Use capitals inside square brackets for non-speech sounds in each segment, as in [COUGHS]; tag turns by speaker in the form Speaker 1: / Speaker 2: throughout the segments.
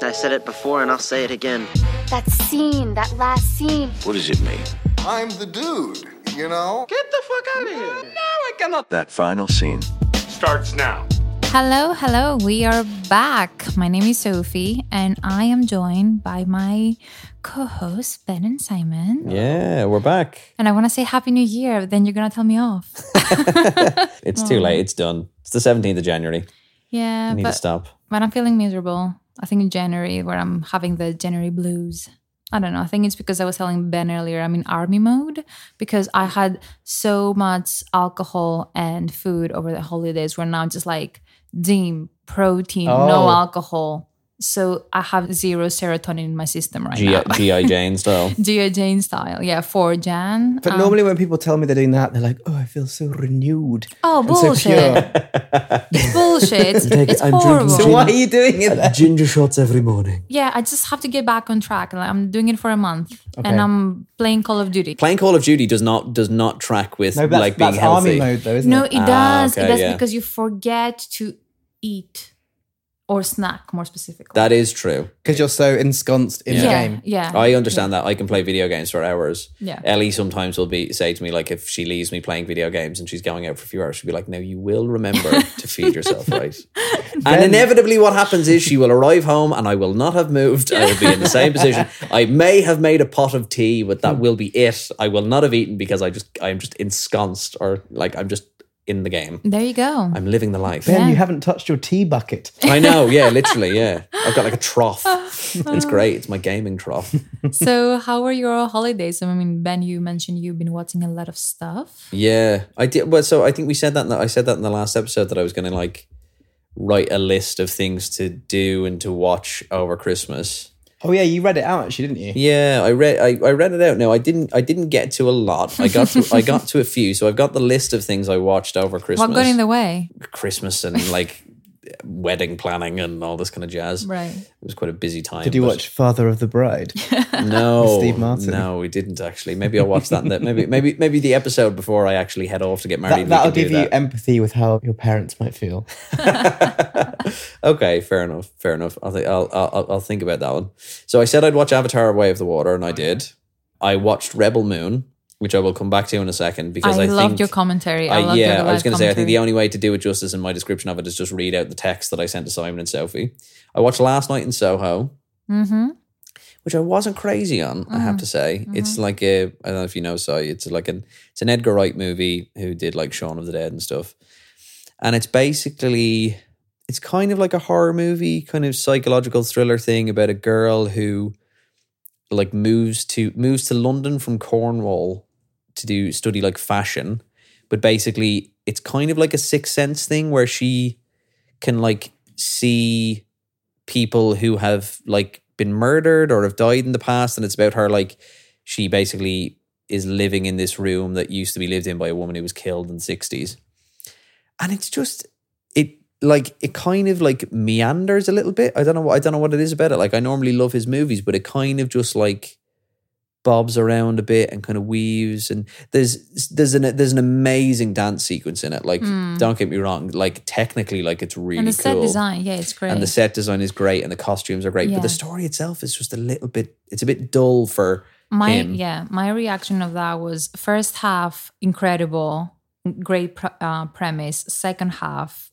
Speaker 1: I said it before and I'll say it again.
Speaker 2: That scene, that last scene.
Speaker 3: What does it mean?
Speaker 4: I'm the dude, you know?
Speaker 5: Get the fuck out of here. No, I cannot.
Speaker 3: That final scene.
Speaker 6: Starts now.
Speaker 7: Hello, hello. We are back. My name is Sophie, and I am joined by my co-hosts Ben and Simon.
Speaker 8: Yeah, we're back.
Speaker 7: And I want to say Happy New Year, but then you're gonna tell me off. [LAUGHS]
Speaker 8: It's too late. It's done. It's the 17th of January. I
Speaker 7: yeah,
Speaker 8: need to
Speaker 7: Uh, but
Speaker 8: stop.
Speaker 7: when I'm feeling miserable, I think in January where I'm having the January blues. I don't know. I think it's because I was telling Ben earlier I'm in army mode because I had so much alcohol and food over the holidays where now I'm just like dim protein, no
Speaker 8: Oh.
Speaker 7: alcohol. So I have zero serotonin in my system right
Speaker 8: G-
Speaker 7: now.
Speaker 8: G.I. Jane style.
Speaker 7: Gia Jane style. Yeah, for Jan.
Speaker 9: But
Speaker 7: Um,
Speaker 9: normally when people tell me they're doing that, they're like, "Oh, I feel so renewed."
Speaker 7: Oh,
Speaker 9: and so
Speaker 7: bullshit.
Speaker 8: [LAUGHS]
Speaker 9: pure."
Speaker 7: it's bullshit. It's,
Speaker 8: Take-
Speaker 7: it's
Speaker 8: I'm drinking
Speaker 7: horrible.
Speaker 9: so why are you doing it? then?
Speaker 8: Ginger shots every morning.
Speaker 7: Yeah, I just have to get back on track. Like, I'm doing it for a month and I'm playing Call of Duty.
Speaker 8: Playing Call of Duty does not does not track with
Speaker 9: No, that's,
Speaker 8: like being
Speaker 9: that's
Speaker 8: healthy.
Speaker 9: army mode, though, isn't
Speaker 7: no,
Speaker 9: it?
Speaker 7: it
Speaker 8: Ah,
Speaker 7: does. it
Speaker 8: okay,
Speaker 7: does
Speaker 8: yeah.
Speaker 7: because you forget to eat or snack more specifically.
Speaker 8: That is true.
Speaker 9: Because you're so ensconced in
Speaker 7: yeah.
Speaker 9: the
Speaker 7: yeah,
Speaker 9: game.
Speaker 7: yeah.
Speaker 8: I understand that. I can play video games for hours.
Speaker 7: Yeah.
Speaker 8: Ellie sometimes will be say to me like if she leaves me playing video games and she's going out for a few hours, she'll be like, "No, you will remember to feed
Speaker 7: [LAUGHS]
Speaker 8: yourself, right?" and inevitably, what happens is she will arrive home and I will not have moved. I will be in the
Speaker 7: [LAUGHS]
Speaker 8: same position. I may have made a pot of tea, but that will be it. I will not have eaten because I just I am just ensconced or like I'm just in the game.
Speaker 7: There you go.
Speaker 8: I'm living the life.
Speaker 9: Ben,
Speaker 7: Yeah.
Speaker 9: you haven't touched your tea bucket.
Speaker 8: I know, yeah, literally, yeah. I've got like a
Speaker 7: [LAUGHS]
Speaker 8: trough. It's great. It's my gaming trough.
Speaker 7: so, how were your holidays? I mean, Ben, you mentioned you've been watching a lot of stuff.
Speaker 8: Yeah, I did. Well, so I think we said that. In the, I said that in the last episode that I was going to like write a list of things to do and to watch over Christmas.
Speaker 9: Oh yeah, you read it out actually, didn't you?
Speaker 8: Yeah, I read. I, I read it out. No, I didn't. I didn't get to a lot. I got. To, I got to a few. So I've got the list of things I watched over Christmas.
Speaker 7: What got in the way?
Speaker 8: Christmas and like wedding planning and all this kind of jazz.
Speaker 7: Right.
Speaker 8: It was quite a busy time.
Speaker 9: Did you
Speaker 8: but-
Speaker 9: watch Father of the Bride?
Speaker 8: [LAUGHS]
Speaker 9: [LAUGHS]
Speaker 8: No,
Speaker 9: Steve Martin.
Speaker 8: No, we didn't actually. Maybe I'll watch that. In the, maybe, maybe, maybe the episode before I actually head off to get married. we
Speaker 9: that, that'll
Speaker 8: can do
Speaker 9: give you
Speaker 8: that.
Speaker 9: empathy with how your parents might feel.
Speaker 8: okay, fair enough. Fair enough. I'll, think I'll, I'll I'll think about that one. So I said I'd watch Avatar: Way of the Water, and I did. I watched Rebel Moon, which I will come back to in a second because I,
Speaker 7: I, loved
Speaker 8: think
Speaker 7: your commentary. I
Speaker 8: I-
Speaker 7: loved your
Speaker 8: yeah,
Speaker 7: live
Speaker 8: I was going to say I think
Speaker 7: commentary.
Speaker 8: the only way to do it justice in my description of it is just read out the text that I sent to Simon and Sophie. I watched Last Night in Soho.
Speaker 7: Mm-hmm.
Speaker 8: which I wasn't crazy on. I have to say, it's like a I don't know if you know, so it's like an it's an Edgar Wright movie who did like Shaun of the Dead and stuff, and it's basically it's kind of like a horror movie, kind of psychological thriller thing about a girl who like moves to moves to London from Cornwall to do study like fashion, but basically it's kind of like a sixth sense thing where she can like see people who have like been murdered or have died in the past and it's about her like she basically is living in this room that used to be lived in by a woman who was killed in the 60s and it's just it like it kind of like meanders a little bit i don't know what i don't know what it is about it like i normally love his movies but it kind of just like bobs around a bit and kind of weaves and there's there's an there's an amazing dance sequence in it like don't get me wrong like technically like it's really
Speaker 7: Hmm. and the
Speaker 8: cool
Speaker 7: set design, yeah, it's great.
Speaker 8: and the set design is great and the costumes are great but
Speaker 7: Yeah.
Speaker 8: the story itself is just a little bit it's a bit dull for
Speaker 7: my
Speaker 8: him.
Speaker 7: yeah my reaction of that was first half incredible great pr- uh, premise second half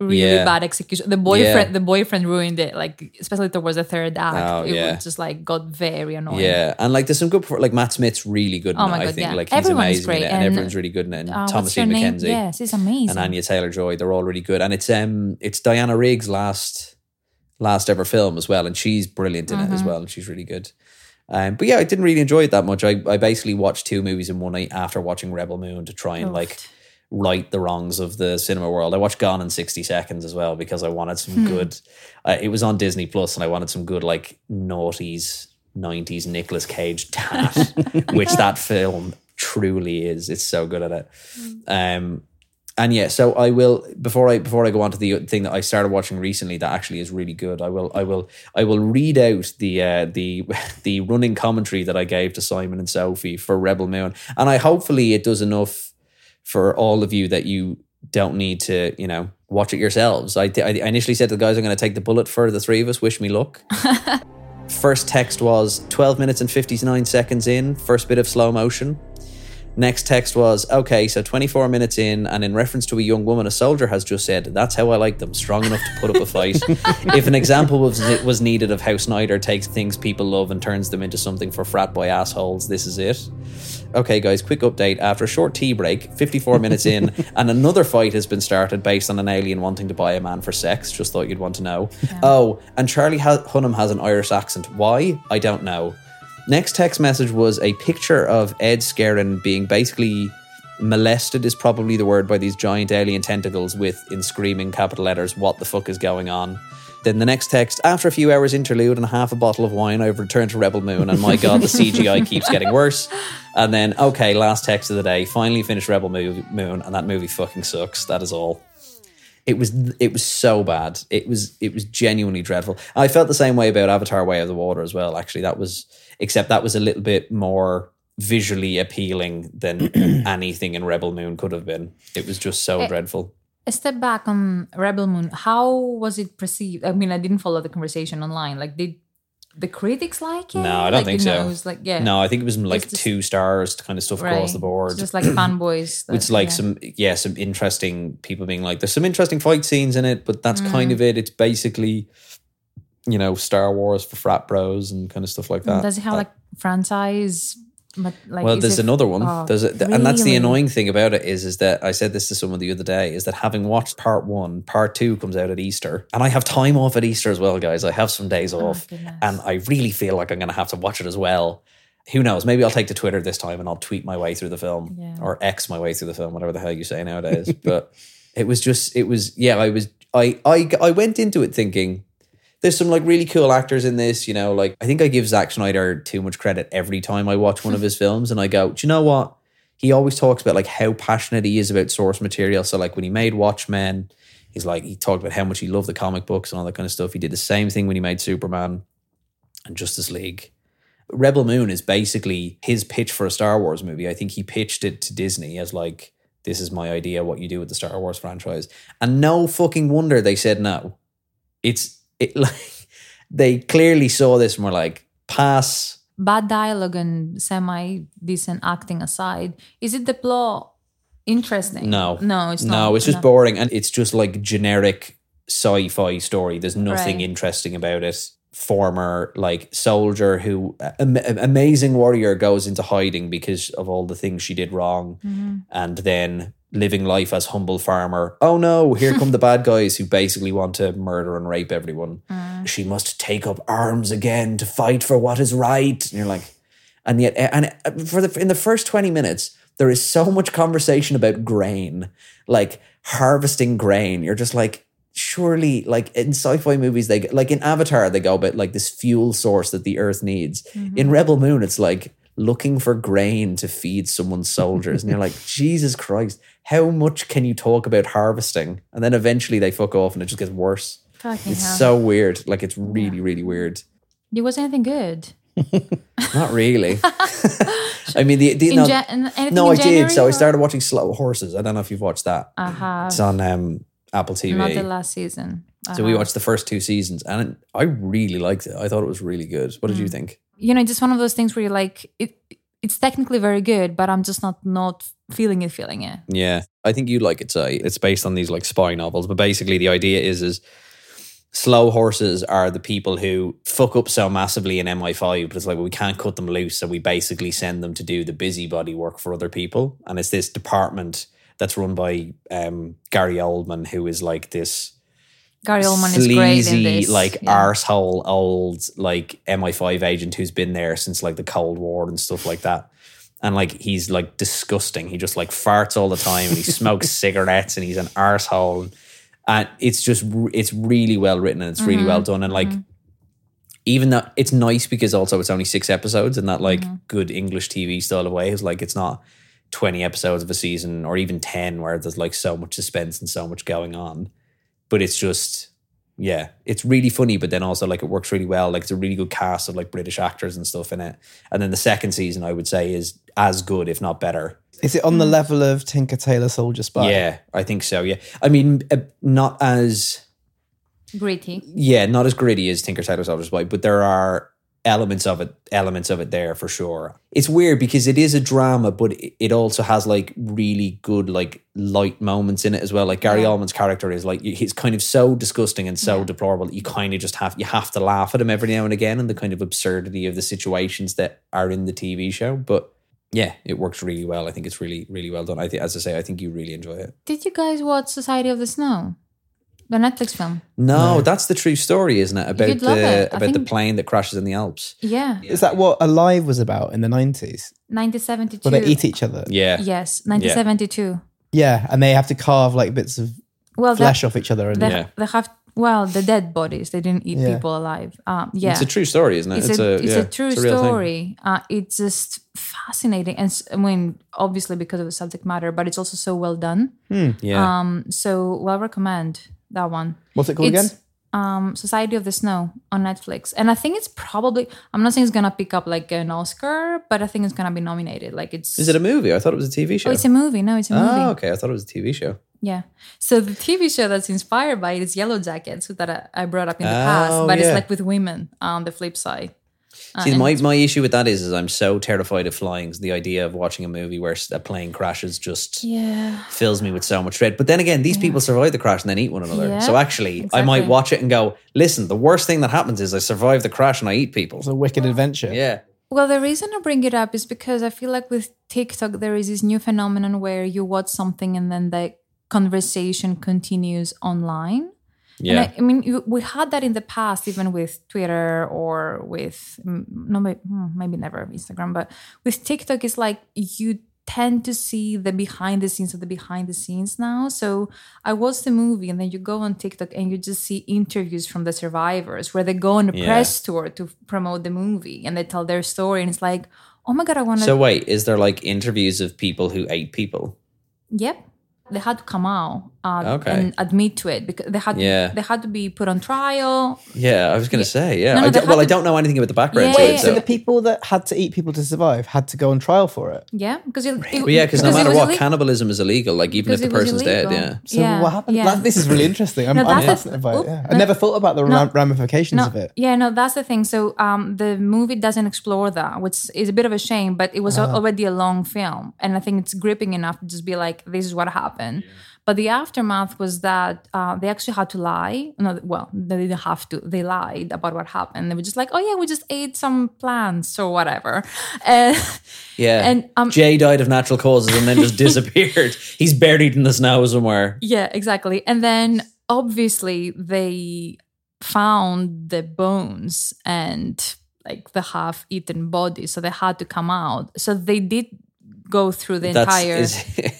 Speaker 7: really
Speaker 8: Yeah.
Speaker 7: bad execution the boyfriend the boyfriend ruined it like especially towards the third act
Speaker 8: Oh,
Speaker 7: it
Speaker 8: yeah.
Speaker 7: would just like got very annoying
Speaker 8: yeah and like there's some good perfor- like matt smith's really good in
Speaker 7: Oh
Speaker 8: it
Speaker 7: my
Speaker 8: i
Speaker 7: God,
Speaker 8: think
Speaker 7: yeah.
Speaker 8: like he's
Speaker 7: Everyone's
Speaker 8: amazing in
Speaker 7: great,
Speaker 8: it and,
Speaker 7: and,
Speaker 8: everyone's really good in it and
Speaker 7: Uh, what's her
Speaker 8: thomasine
Speaker 7: name?
Speaker 8: mckenzie
Speaker 7: yes it's amazing
Speaker 8: E. and anya taylor joy they're all really good and it's um it's diana riggs last last ever film as well and she's brilliant in it as well and she's really good um, but yeah, I didn't really enjoy it that much. I, I basically watched two movies in one night after watching Rebel Moon to try and like right the wrongs of the cinema world. I watched Gone in 60 Seconds as well because I wanted some good. Uh, it was on Disney Plus, and I wanted some good like noughties, 90s Nicolas Cage tat, which that film truly is. It's so good at it. Um, and yeah, so I will before I before I go on to the thing that I started watching recently that actually is really good. I will I will I will read out the uh, the [LAUGHS] the running commentary that I gave to Simon and Sophie for Rebel Moon, and I hopefully it does enough for all of you that you don't need to, you know, watch it yourselves. I, I initially said to the guys, I'm going to take the bullet for the three of us. Wish me luck. first text was 12 minutes and 59 seconds in, first bit of slow motion. Next text was, okay, so 24 minutes in, and in reference to a young woman, a soldier has just said, that's how I like them, strong enough to put up a fight. if an example was, was needed of how Snyder takes things people love and turns them into something for frat boy assholes, this is it. Okay, guys, quick update. After a short tea break, 54 minutes in, and another fight has been started based on an alien wanting to buy a man for sex. Just thought you'd want to know. Oh, and Charlie ha- Hunnam has an Irish accent. Why? I don't know. Next text message was a picture of Ed Scarron being basically molested, is probably the word, by these giant alien tentacles with, in screaming capital letters, what the fuck is going on? Then the next text, after a few hours interlude and half a bottle of wine, I've returned to Rebel Moon, and my god, the CGI keeps getting worse. And then, okay, last text of the day, finally finished Rebel Mo- Moon, and that movie fucking sucks. That is all. It was it was so bad. It was it was genuinely dreadful. I felt the same way about Avatar: Way of the Water as well. Actually, that was except that was a little bit more visually appealing than
Speaker 7: [CLEARS THROAT]
Speaker 8: anything in Rebel Moon could have been. It was just
Speaker 7: Eh,
Speaker 8: so dreadful.
Speaker 7: A step back on Rebel Moon. How was it perceived? I mean, I didn't follow the conversation online. Like, did the critics like it?
Speaker 8: No, I don't
Speaker 7: Like,
Speaker 8: think
Speaker 7: you know,
Speaker 8: so.
Speaker 7: It was like, yeah,
Speaker 8: No, I think it was like
Speaker 7: It's just-
Speaker 8: two stars kind of stuff across the board.
Speaker 7: It's just like fanboys. that-
Speaker 8: it's like
Speaker 7: yeah.
Speaker 8: some yeah some interesting people being like there's some interesting fight scenes in it but that's
Speaker 7: Mm.
Speaker 8: kind of it it's basically you know star wars for frat bros and kind of stuff like that
Speaker 7: Does it have
Speaker 8: That-
Speaker 7: like franchise? But like,
Speaker 8: well
Speaker 7: is
Speaker 8: there's
Speaker 7: it-
Speaker 8: another one
Speaker 7: oh,
Speaker 8: there's a, th- and that's the
Speaker 7: really?
Speaker 8: annoying thing about it is is that i said this to someone the other day is that having watched part one part two comes out at easter and i have time off at easter as well guys i have some days off
Speaker 7: Oh, goodness.
Speaker 8: and i really feel like i'm going to have to watch it as well who knows maybe i'll take to twitter this time and i'll tweet my way through the film
Speaker 7: Yeah.
Speaker 8: or x my way through the film whatever the hell you say nowadays but it was just it was yeah i was i i, I went into it thinking there's some like really cool actors in this, you know. Like I think I give Zack Snyder too much credit every time I watch one of his films, and I go, do you know what? He always talks about like how passionate he is about source material. So like when he made Watchmen, he's like he talked about how much he loved the comic books and all that kind of stuff. He did the same thing when he made Superman and Justice League. Rebel Moon is basically his pitch for a Star Wars movie. I think he pitched it to Disney as like, this is my idea, what you do with the Star Wars franchise. And no fucking wonder they said no. It's it [LAUGHS] like they clearly saw this and were like, pass.
Speaker 7: bad dialogue and semi decent acting aside, is it the plot interesting?
Speaker 8: No.
Speaker 7: no, it's not.
Speaker 8: no, it's just boring and it's just like generic sci-fi story. There's nothing
Speaker 7: Right.
Speaker 8: interesting about it. Former like soldier who am- amazing warrior goes into hiding because of all the things she did wrong,
Speaker 7: Mm-hmm.
Speaker 8: and then living life as humble farmer. Oh no, here come the bad guys who basically want to murder and rape everyone.
Speaker 7: Mm.
Speaker 8: She must take up arms again to fight for what is right. And you're like, and yet, and uh, for the in the first twenty minutes, there is so much conversation about grain, like harvesting grain. You're just like, surely, like in sci-fi movies, they like in Avatar, they go about like this fuel source that the Earth needs. In Rebel Moon, it's like looking for grain to feed someone's soldiers, and you're like, Jesus Christ, how much can you talk about harvesting? And then eventually they fuck off, and it just gets worse.
Speaker 7: Fucking
Speaker 8: It's
Speaker 7: hell.
Speaker 8: so weird. Like it's really, really weird.
Speaker 7: There was anything good?
Speaker 8: Not really. [LAUGHS] I mean, the, the
Speaker 7: In
Speaker 8: no,
Speaker 7: Jan- anything
Speaker 8: no,
Speaker 7: in
Speaker 8: I did.
Speaker 7: January
Speaker 8: So I
Speaker 7: or- Oh.
Speaker 8: started watching Slow Horses. I don't know if you've watched that.
Speaker 7: I have
Speaker 8: It's on um, Apple
Speaker 7: not the
Speaker 8: TV.
Speaker 7: last season. I
Speaker 8: So we
Speaker 7: have.
Speaker 8: watched the first two seasons, and it, I really liked it. I thought it was really good. What did
Speaker 7: Hmm.
Speaker 8: you think?
Speaker 7: You know, it's just one of those things where you're like, it, it's technically very good, but I'm just not not feeling it, feeling it.
Speaker 8: Yeah, I think you like it. So it's based on these like spy novels, but basically the idea is is slow horses are the people who fuck up so massively in MI5, but it's like well, we can't cut them loose, so we basically send them to do the busybody work for other people, and it's this department that's run by um, Gary Oldman, who is like this
Speaker 7: Gary Oldman is
Speaker 8: sleazy,
Speaker 7: great in this.
Speaker 8: like
Speaker 7: yeah.
Speaker 8: arsehole old like MI5 agent who's been there since like the Cold War and stuff like that. And like he's like disgusting. He just like farts all the time and
Speaker 7: [LAUGHS]
Speaker 8: he smokes cigarettes and he's an arsehole. And it's just r- it's really well written and it's really well
Speaker 7: Mm-hmm.
Speaker 8: done. And like even though it's nice because also it's only six episodes and that like
Speaker 7: Mm-hmm.
Speaker 8: good English TV style of way is like it's not 20 episodes of a season or even 10 where there's like so much suspense and so much going on. But it's just yeah, it's really funny, but then also like it works really well. Like it's a really good cast of like British actors and stuff in it. And then the second season, I would say, is as good, if not better.
Speaker 9: Is it on
Speaker 7: Mm.
Speaker 9: the level of Tinker Tailor Soldier Spy?
Speaker 8: Yeah, I think so. Yeah, I mean, uh, not as
Speaker 7: Gritty.
Speaker 8: yeah, not as gritty as Tinker Tailor Soldier Spy, but there are elements of it, elements of it there for sure. It's weird because it is a drama, but it- it also has like really good like light moments in it as well. Like Gary Oldman's character is like he's kind of so disgusting and so deplorable. that You kind of just have you have to laugh at him every now and again, and the kind of absurdity of the situations that are in the TV show, but. Yeah, it works really well. I think it's really, really well done. I think, as I say, I think you really enjoy it.
Speaker 7: Did you guys watch Society of the Snow? The Netflix film.
Speaker 8: No, that's the true story, isn't it? About
Speaker 7: You'd love
Speaker 8: the
Speaker 7: it. I
Speaker 8: about the
Speaker 7: think-
Speaker 8: plane that crashes in the Alps.
Speaker 7: Yeah.
Speaker 9: Is that what Alive was about in the 90s?
Speaker 7: 1972.
Speaker 9: Where they eat each other?
Speaker 8: Yeah.
Speaker 7: Yes, 1972.
Speaker 9: Yeah, and they have to carve like bits of
Speaker 7: Well,
Speaker 9: flesh
Speaker 7: they,
Speaker 9: off each other. And
Speaker 7: they,
Speaker 8: Yeah.
Speaker 7: they have, well, the dead bodies. They didn't eat
Speaker 9: Yeah.
Speaker 7: people alive. Um, yeah.
Speaker 8: It's a true story, isn't it?
Speaker 7: it's, a, it's
Speaker 8: yeah,
Speaker 7: a true
Speaker 8: it's a real thing.
Speaker 7: story. Uh, it's just fascinating, and s- I mean, obviously because of the subject matter, but it's also so well done.
Speaker 8: Yeah.
Speaker 7: Um, so well recommend that one.
Speaker 9: What's it called
Speaker 7: It's-
Speaker 9: again?
Speaker 7: Um, Society of the Snow on Netflix, and I think it's probably. I'm not saying it's gonna pick up like an Oscar, but I think it's gonna be nominated. Like it's.
Speaker 8: Is it a movie? I thought it was a TV show.
Speaker 7: Oh, it's a movie. No, it's a movie.
Speaker 8: Oh, okay. I thought it was a TV show.
Speaker 7: Yeah. So the TV show that's inspired by it is Yellow Jackets that I, I brought up in the
Speaker 8: Oh,
Speaker 7: past, but
Speaker 8: yeah.
Speaker 7: it's like with women on the flip side. Uh,
Speaker 8: See, my, my issue with that is, is I'm so terrified of flying. The idea of watching a movie where s- a plane crashes just
Speaker 7: Yeah.
Speaker 8: fills me with so much dread. But then again, these people survive the crash and then eat one another.
Speaker 7: Yeah,
Speaker 8: so actually, I might
Speaker 7: exactly.
Speaker 8: watch it and go, listen, the worst thing that happens is I survive the crash and I eat people.
Speaker 9: It's a wicked adventure.
Speaker 8: yeah.
Speaker 7: Well, the reason I bring it up is because I feel like with TikTok, there is this new phenomenon where you watch something and then the conversation continues online. And I, I mean, you, we had that in the past, even with Twitter or with mm, no, may- mm, maybe never Instagram, but with TikTok, it's like you tend to see the behind the scenes of the behind the scenes now. So I watched the movie, and then you go on TikTok and you just see interviews from the survivors where they go on a
Speaker 8: Yeah.
Speaker 7: press tour to promote the movie and they tell their story, and it's like, oh my god, I want to.
Speaker 8: So wait, is there like interviews of people who ate people?
Speaker 7: Yep. They had to come out uh,
Speaker 8: Okay.
Speaker 7: and admit to it because they had
Speaker 8: Yeah.
Speaker 7: they had to be put on trial.
Speaker 8: Yeah, I was going to say. Yeah,
Speaker 7: No, no,
Speaker 8: I
Speaker 7: they
Speaker 8: don't- well, I
Speaker 7: haven't-
Speaker 8: don't know anything about the background.
Speaker 7: Yeah,
Speaker 8: to
Speaker 7: yeah,
Speaker 8: it,
Speaker 7: yeah.
Speaker 9: So
Speaker 8: so.
Speaker 9: the people that had to eat people to survive had to go on trial for it.
Speaker 7: Yeah, because it, it,
Speaker 8: Well, yeah, because no
Speaker 7: it
Speaker 8: matter
Speaker 7: was
Speaker 8: what,
Speaker 7: illegal-
Speaker 8: cannibalism is illegal. Like even if
Speaker 7: because
Speaker 8: the
Speaker 7: it was
Speaker 8: person's dead,
Speaker 7: illegal.
Speaker 8: yeah.
Speaker 9: So what happened?
Speaker 7: Yeah.
Speaker 9: That- this is really interesting. I'm,
Speaker 7: No,
Speaker 9: I'm
Speaker 7: that's a-
Speaker 9: fascinated by it.
Speaker 7: oop,
Speaker 9: Yeah. I
Speaker 7: no.
Speaker 9: never thought about the ram- ramifications of it.
Speaker 7: Yeah, no, that's the thing. So um, the movie doesn't explore that, which is a bit of a shame, but it was
Speaker 9: Ah.
Speaker 7: al- already a long film. And I think it's gripping enough to just be like, this is what happened. But the aftermath was that uh, they actually had to lie. No, well, they didn't have to. They lied about what happened. They were just like, oh, yeah, we just ate some plants or whatever. [LAUGHS] And
Speaker 8: Yeah.
Speaker 7: And, um,
Speaker 8: Jay died of natural causes and then
Speaker 7: [LAUGHS]
Speaker 8: just disappeared. He's buried in the snow somewhere.
Speaker 7: Yeah, exactly. And then obviously they found the bones and like the half eaten body. So they had to come out. So they did go through the entire
Speaker 8: is-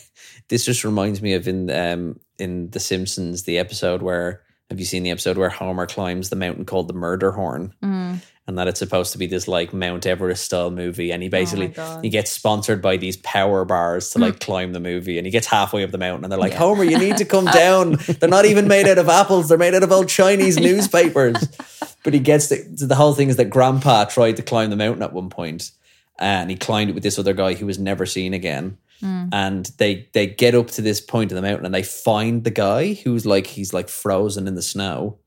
Speaker 8: [LAUGHS] this just reminds me of in um in The Simpsons the episode where have you seen the episode where Homer climbs the mountain called the Murder Horn? And that it's supposed to be this like Mount Everest style movie, and he basically
Speaker 7: God.
Speaker 8: he gets sponsored by these power bars to like climb the movie, and he gets halfway up the mountain, and they're like, "Homer, you need to come down. They're not even made out of apples; they're made out of old Chinese newspapers." But he gets the, the whole thing is that Grandpa tried to climb the mountain at one point, and he climbed it with this other guy who was never seen again and they they get up to this point of the mountain and they find the guy who's like he's like frozen in the snow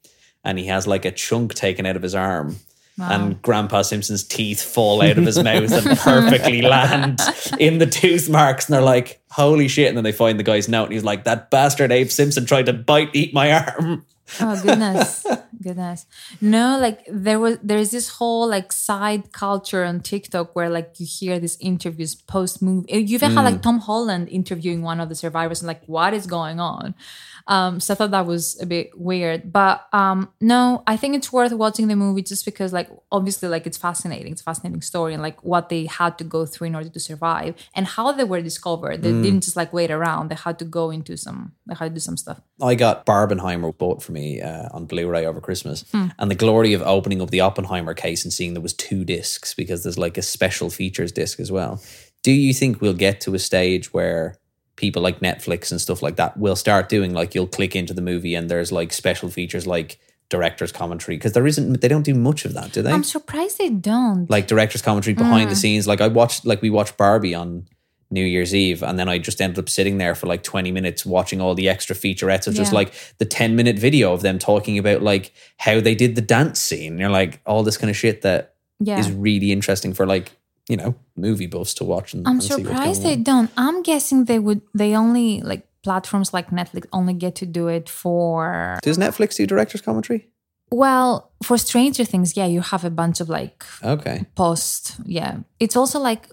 Speaker 8: and he has like a chunk taken out of his arm and grandpa simpson's teeth fall out of his mouth and perfectly land in the tooth marks and they're like holy shit and then they find the guy's note and he's like that bastard abe simpson tried to bite eat my arm
Speaker 7: Oh goodness, goodness. No, like there was there is this whole like side culture on TikTok where like you hear these interviews post movie. You even had like Tom Holland interviewing one of the survivors and like what is going on. Um, so I thought that was a bit weird, but um, no, I think it's worth watching the movie just because like obviously like it's fascinating. It's a fascinating story and like what they had to go through in order to survive and how they were discovered. They didn't just like wait around. They had to go into some. They had to do some stuff.
Speaker 8: I got Barbenheimer bought for me uh, on Blu-ray over Christmas, and the glory of opening up the Oppenheimer case and seeing there was two discs because there's like a special features disc as well. Do you think we'll get to a stage where people like Netflix and stuff like that will start doing like you'll click into the movie and there's like special features like director's commentary because there isn't they don't do much of that, do they?
Speaker 7: I'm surprised they don't. Mm.
Speaker 8: like director's commentary behind the scenes. Like I watched, like we watched Barbie on New Year's Eve, and then I just ended up sitting there for like 20 minutes watching all the extra featurettes of just
Speaker 7: Yeah.
Speaker 8: like the 10 minute video of them talking about like how they did the dance scene. And you're like, all this kind of shit that
Speaker 7: Yeah.
Speaker 8: is really interesting for like, you know, movie buffs to watch and
Speaker 7: I'm
Speaker 8: and see what's
Speaker 7: surprised
Speaker 8: going
Speaker 7: they
Speaker 8: on.
Speaker 7: don't. I'm guessing they would. They only like platforms like Netflix only get to do it for
Speaker 8: Does Netflix do director's commentary?
Speaker 7: well for Stranger Things. Yeah, you have a bunch of like
Speaker 8: Okay.
Speaker 7: post. Yeah, it's also like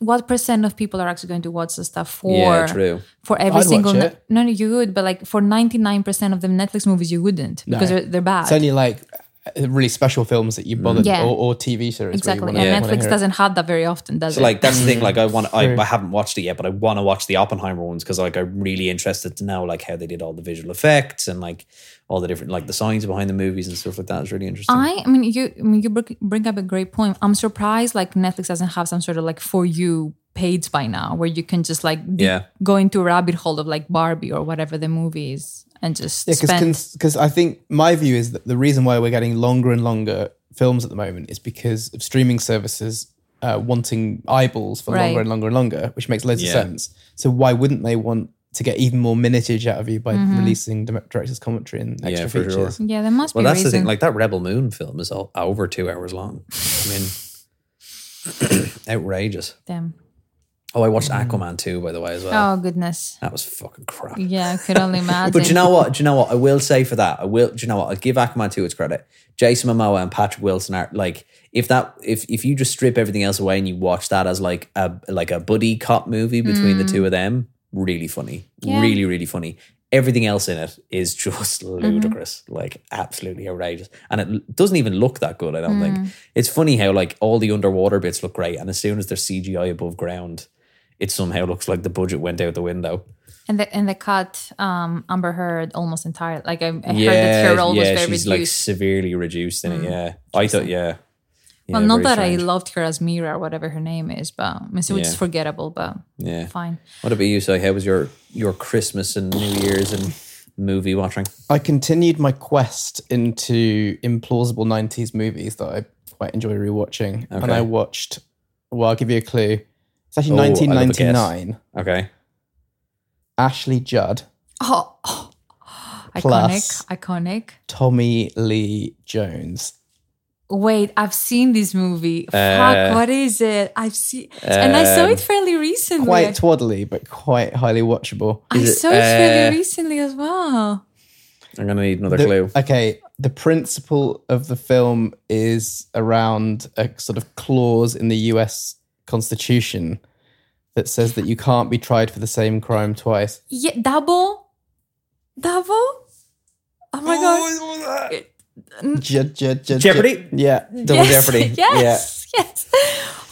Speaker 7: what percent of people are actually going to watch the stuff for
Speaker 8: yeah, true.
Speaker 7: for every
Speaker 9: I'd
Speaker 7: single
Speaker 9: watch
Speaker 7: ne-
Speaker 9: it.
Speaker 7: no no you would but like for 99% of the netflix movies you wouldn't because they're, they're bad
Speaker 9: It's only like uh, really special films that you bothered
Speaker 7: Yeah.
Speaker 9: or, or TV series.
Speaker 7: exactly
Speaker 9: Where you
Speaker 7: and
Speaker 9: wanna, wanna
Speaker 7: netflix
Speaker 9: hear it.
Speaker 7: doesn't have that very often does
Speaker 8: So
Speaker 7: it
Speaker 8: like that's the thing. Like I want, I,
Speaker 9: True.
Speaker 8: I haven't watched it yet, but I want to watch the Oppenheimer ones because like I'm really interested to know like how they did all the visual effects and like all the different like the science behind the movies and stuff like that is really interesting.
Speaker 7: I, I mean, you, I mean, you br- bring up a great point. I'm surprised like Netflix doesn't have some sort of like for you page by now where you can just like be-
Speaker 8: Yeah.
Speaker 7: go into a rabbit hole of like Barbie or whatever the movie is and just spend.
Speaker 9: because I think my view is that the reason why we're getting longer and longer films at the moment is because of streaming services uh, wanting eyeballs for
Speaker 7: Right.
Speaker 9: longer and longer and longer, which makes loads
Speaker 8: Yeah.
Speaker 9: of sense. So why wouldn't they want to get even more minutage out of you by
Speaker 7: Mm-hmm.
Speaker 9: releasing the director's commentary and extra
Speaker 8: for sure.
Speaker 9: features?
Speaker 7: yeah, there must
Speaker 8: well,
Speaker 7: be a
Speaker 8: that's the
Speaker 7: reason.
Speaker 8: thing. Like that Rebel Moon film is all, over two hours long. I mean,
Speaker 7: [LAUGHS]
Speaker 8: [CLEARS THROAT] outrageous.
Speaker 7: Damn.
Speaker 8: Oh, I watched Aquaman two by the way as well.
Speaker 7: Mm. Oh goodness.
Speaker 8: That was fucking crap.
Speaker 7: Yeah, I could only imagine.
Speaker 8: uh, [LAUGHS] But do you know what? Do you know what? I will say for that. I will. Do you know what? I'll give Aquaman two its credit. Jason Momoa and Patrick Wilson are like if that if if you just strip everything else away and you watch that as like a like a buddy cop movie between the two of them, really funny,
Speaker 7: Mm. Yeah.
Speaker 8: really really funny. Everything else in it is [LAUGHS] just
Speaker 7: Mm-hmm.
Speaker 8: ludicrous, like absolutely outrageous, and it l- doesn't even look that good. I don't
Speaker 7: Mm.
Speaker 8: think it's funny how like all the underwater bits look great, and as soon as there's CGI above ground, it somehow looks like the budget went out the window.
Speaker 7: And the and the cut, um, Amber Heard almost entirely. Like I, I
Speaker 8: yeah,
Speaker 7: heard that her role was
Speaker 8: yeah,
Speaker 7: very
Speaker 8: she's
Speaker 7: reduced. Mm.
Speaker 8: like severely reduced in it. Yeah, I thought, yeah.
Speaker 7: well,
Speaker 8: Yeah,
Speaker 7: not
Speaker 8: very
Speaker 7: that I
Speaker 8: strange.
Speaker 7: loved her as Mira or whatever her name is, but I mean, so it's
Speaker 8: Yeah.
Speaker 7: forgettable. But
Speaker 8: Yeah.
Speaker 7: fine.
Speaker 8: What about you? So, how was your your Christmas and New Year's and movie watching?
Speaker 9: I continued my quest into implausible 90s movies that I quite enjoy rewatching. And
Speaker 8: Okay.
Speaker 9: I watched, well, I'll give you a clue. It's actually
Speaker 8: Oh, I love a guess.
Speaker 9: 1999.
Speaker 8: Okay,
Speaker 9: Ashley Judd,
Speaker 7: [GASPS] Oh,
Speaker 9: Plus.
Speaker 7: iconic, iconic.
Speaker 9: Tommy Lee Jones.
Speaker 7: Wait, I've seen this movie.
Speaker 8: Uh,
Speaker 7: Fuck, what is it? I've seen, and I
Speaker 8: um,
Speaker 7: saw it fairly recently.
Speaker 9: Quite twaddly, but quite highly watchable.
Speaker 7: I
Speaker 8: Is it-
Speaker 7: saw it fairly
Speaker 8: uh,
Speaker 7: recently as well.
Speaker 8: I'm gonna need another
Speaker 9: The-
Speaker 8: clue.
Speaker 9: Okay, the principle of the film is around a sort of clause in the US Constitution that says that you can't be tried for the same crime twice.
Speaker 7: Yeah, double, double. Oh my god!
Speaker 9: Je- je- je- je-
Speaker 8: Jeopardy?
Speaker 9: Yeah.
Speaker 8: Double Jeopardy.
Speaker 7: [LAUGHS] Yes, yes.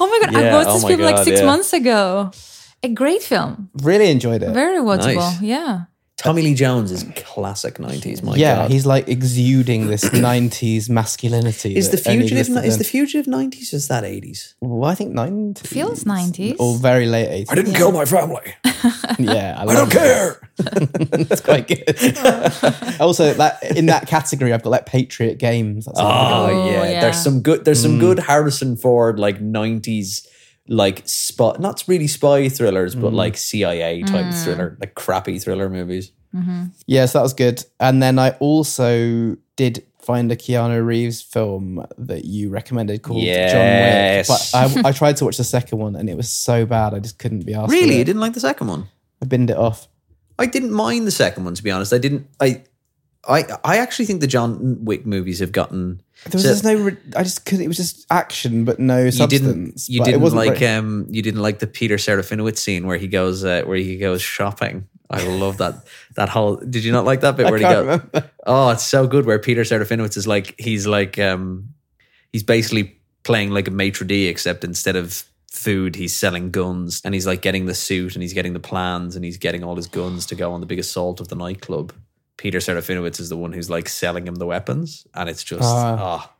Speaker 7: Oh my god!
Speaker 8: Yeah,
Speaker 7: I watched
Speaker 8: oh
Speaker 7: this
Speaker 8: my
Speaker 7: film like
Speaker 8: God,
Speaker 7: six
Speaker 8: yeah.
Speaker 7: months ago. A great film,
Speaker 9: Really enjoyed it.
Speaker 7: very watchable.
Speaker 8: Uh, Nice.
Speaker 7: Yeah.
Speaker 8: Tommy Lee Jones is classic '90s. My
Speaker 9: yeah,
Speaker 8: God.
Speaker 9: he's like exuding this [CLEARS THROAT] 90s masculinity.
Speaker 8: is the
Speaker 9: that only
Speaker 8: fugitive
Speaker 9: existed
Speaker 8: is the
Speaker 9: then.
Speaker 8: fugitive '90s? Is that '80s?
Speaker 9: well, I think 90s.
Speaker 7: Feels 90s.
Speaker 9: Or very late 80s.
Speaker 8: didn't kill my family.
Speaker 9: Yeah, I, don't care. That's quite good. [LAUGHS] also, that in that category, I've got like Patriot Games. That's another
Speaker 8: Oh,
Speaker 9: one.
Speaker 8: yeah.
Speaker 7: yeah.
Speaker 8: there's some good. There's some good Harrison Ford like '90s like spot, not really spy thrillers, but like CIA type
Speaker 7: Mm.
Speaker 8: thriller, like crappy thriller movies.
Speaker 9: yeah, so that was good. And then I also did find a Keanu Reeves film that you recommended called
Speaker 8: Yes.
Speaker 9: John Wick. But I, I tried to watch the second one, and it was so bad, I just couldn't be asked.
Speaker 8: Really, you
Speaker 9: it.
Speaker 8: didn't like the second one?
Speaker 9: I binned it off.
Speaker 8: I didn't mind the second one to be honest. I didn't. I, I, I actually think the John Wick movies have gotten.
Speaker 9: There was
Speaker 8: So-
Speaker 9: just no. Re- I just couldn't. It was just action, but no substance.
Speaker 8: You didn't. You
Speaker 9: But it
Speaker 8: didn't
Speaker 9: wasn't
Speaker 8: like.
Speaker 9: very-
Speaker 8: Um, you didn't like the Peter Serafinowicz scene where he goes. Uh, where he goes shopping. I love that. That whole. Did you not like that bit where
Speaker 9: can't
Speaker 8: he goes?
Speaker 9: remember.
Speaker 8: Oh, it's so good. Where Peter Serafinowicz is like. He's like. Um, he's basically playing like a maitre d, except instead of food, he's selling guns, and he's like getting the suit, and he's getting the plans, and he's getting all his guns to go on the big assault of the nightclub. Peter Serafinowicz is the one who's like selling him the weapons, and it's just ah,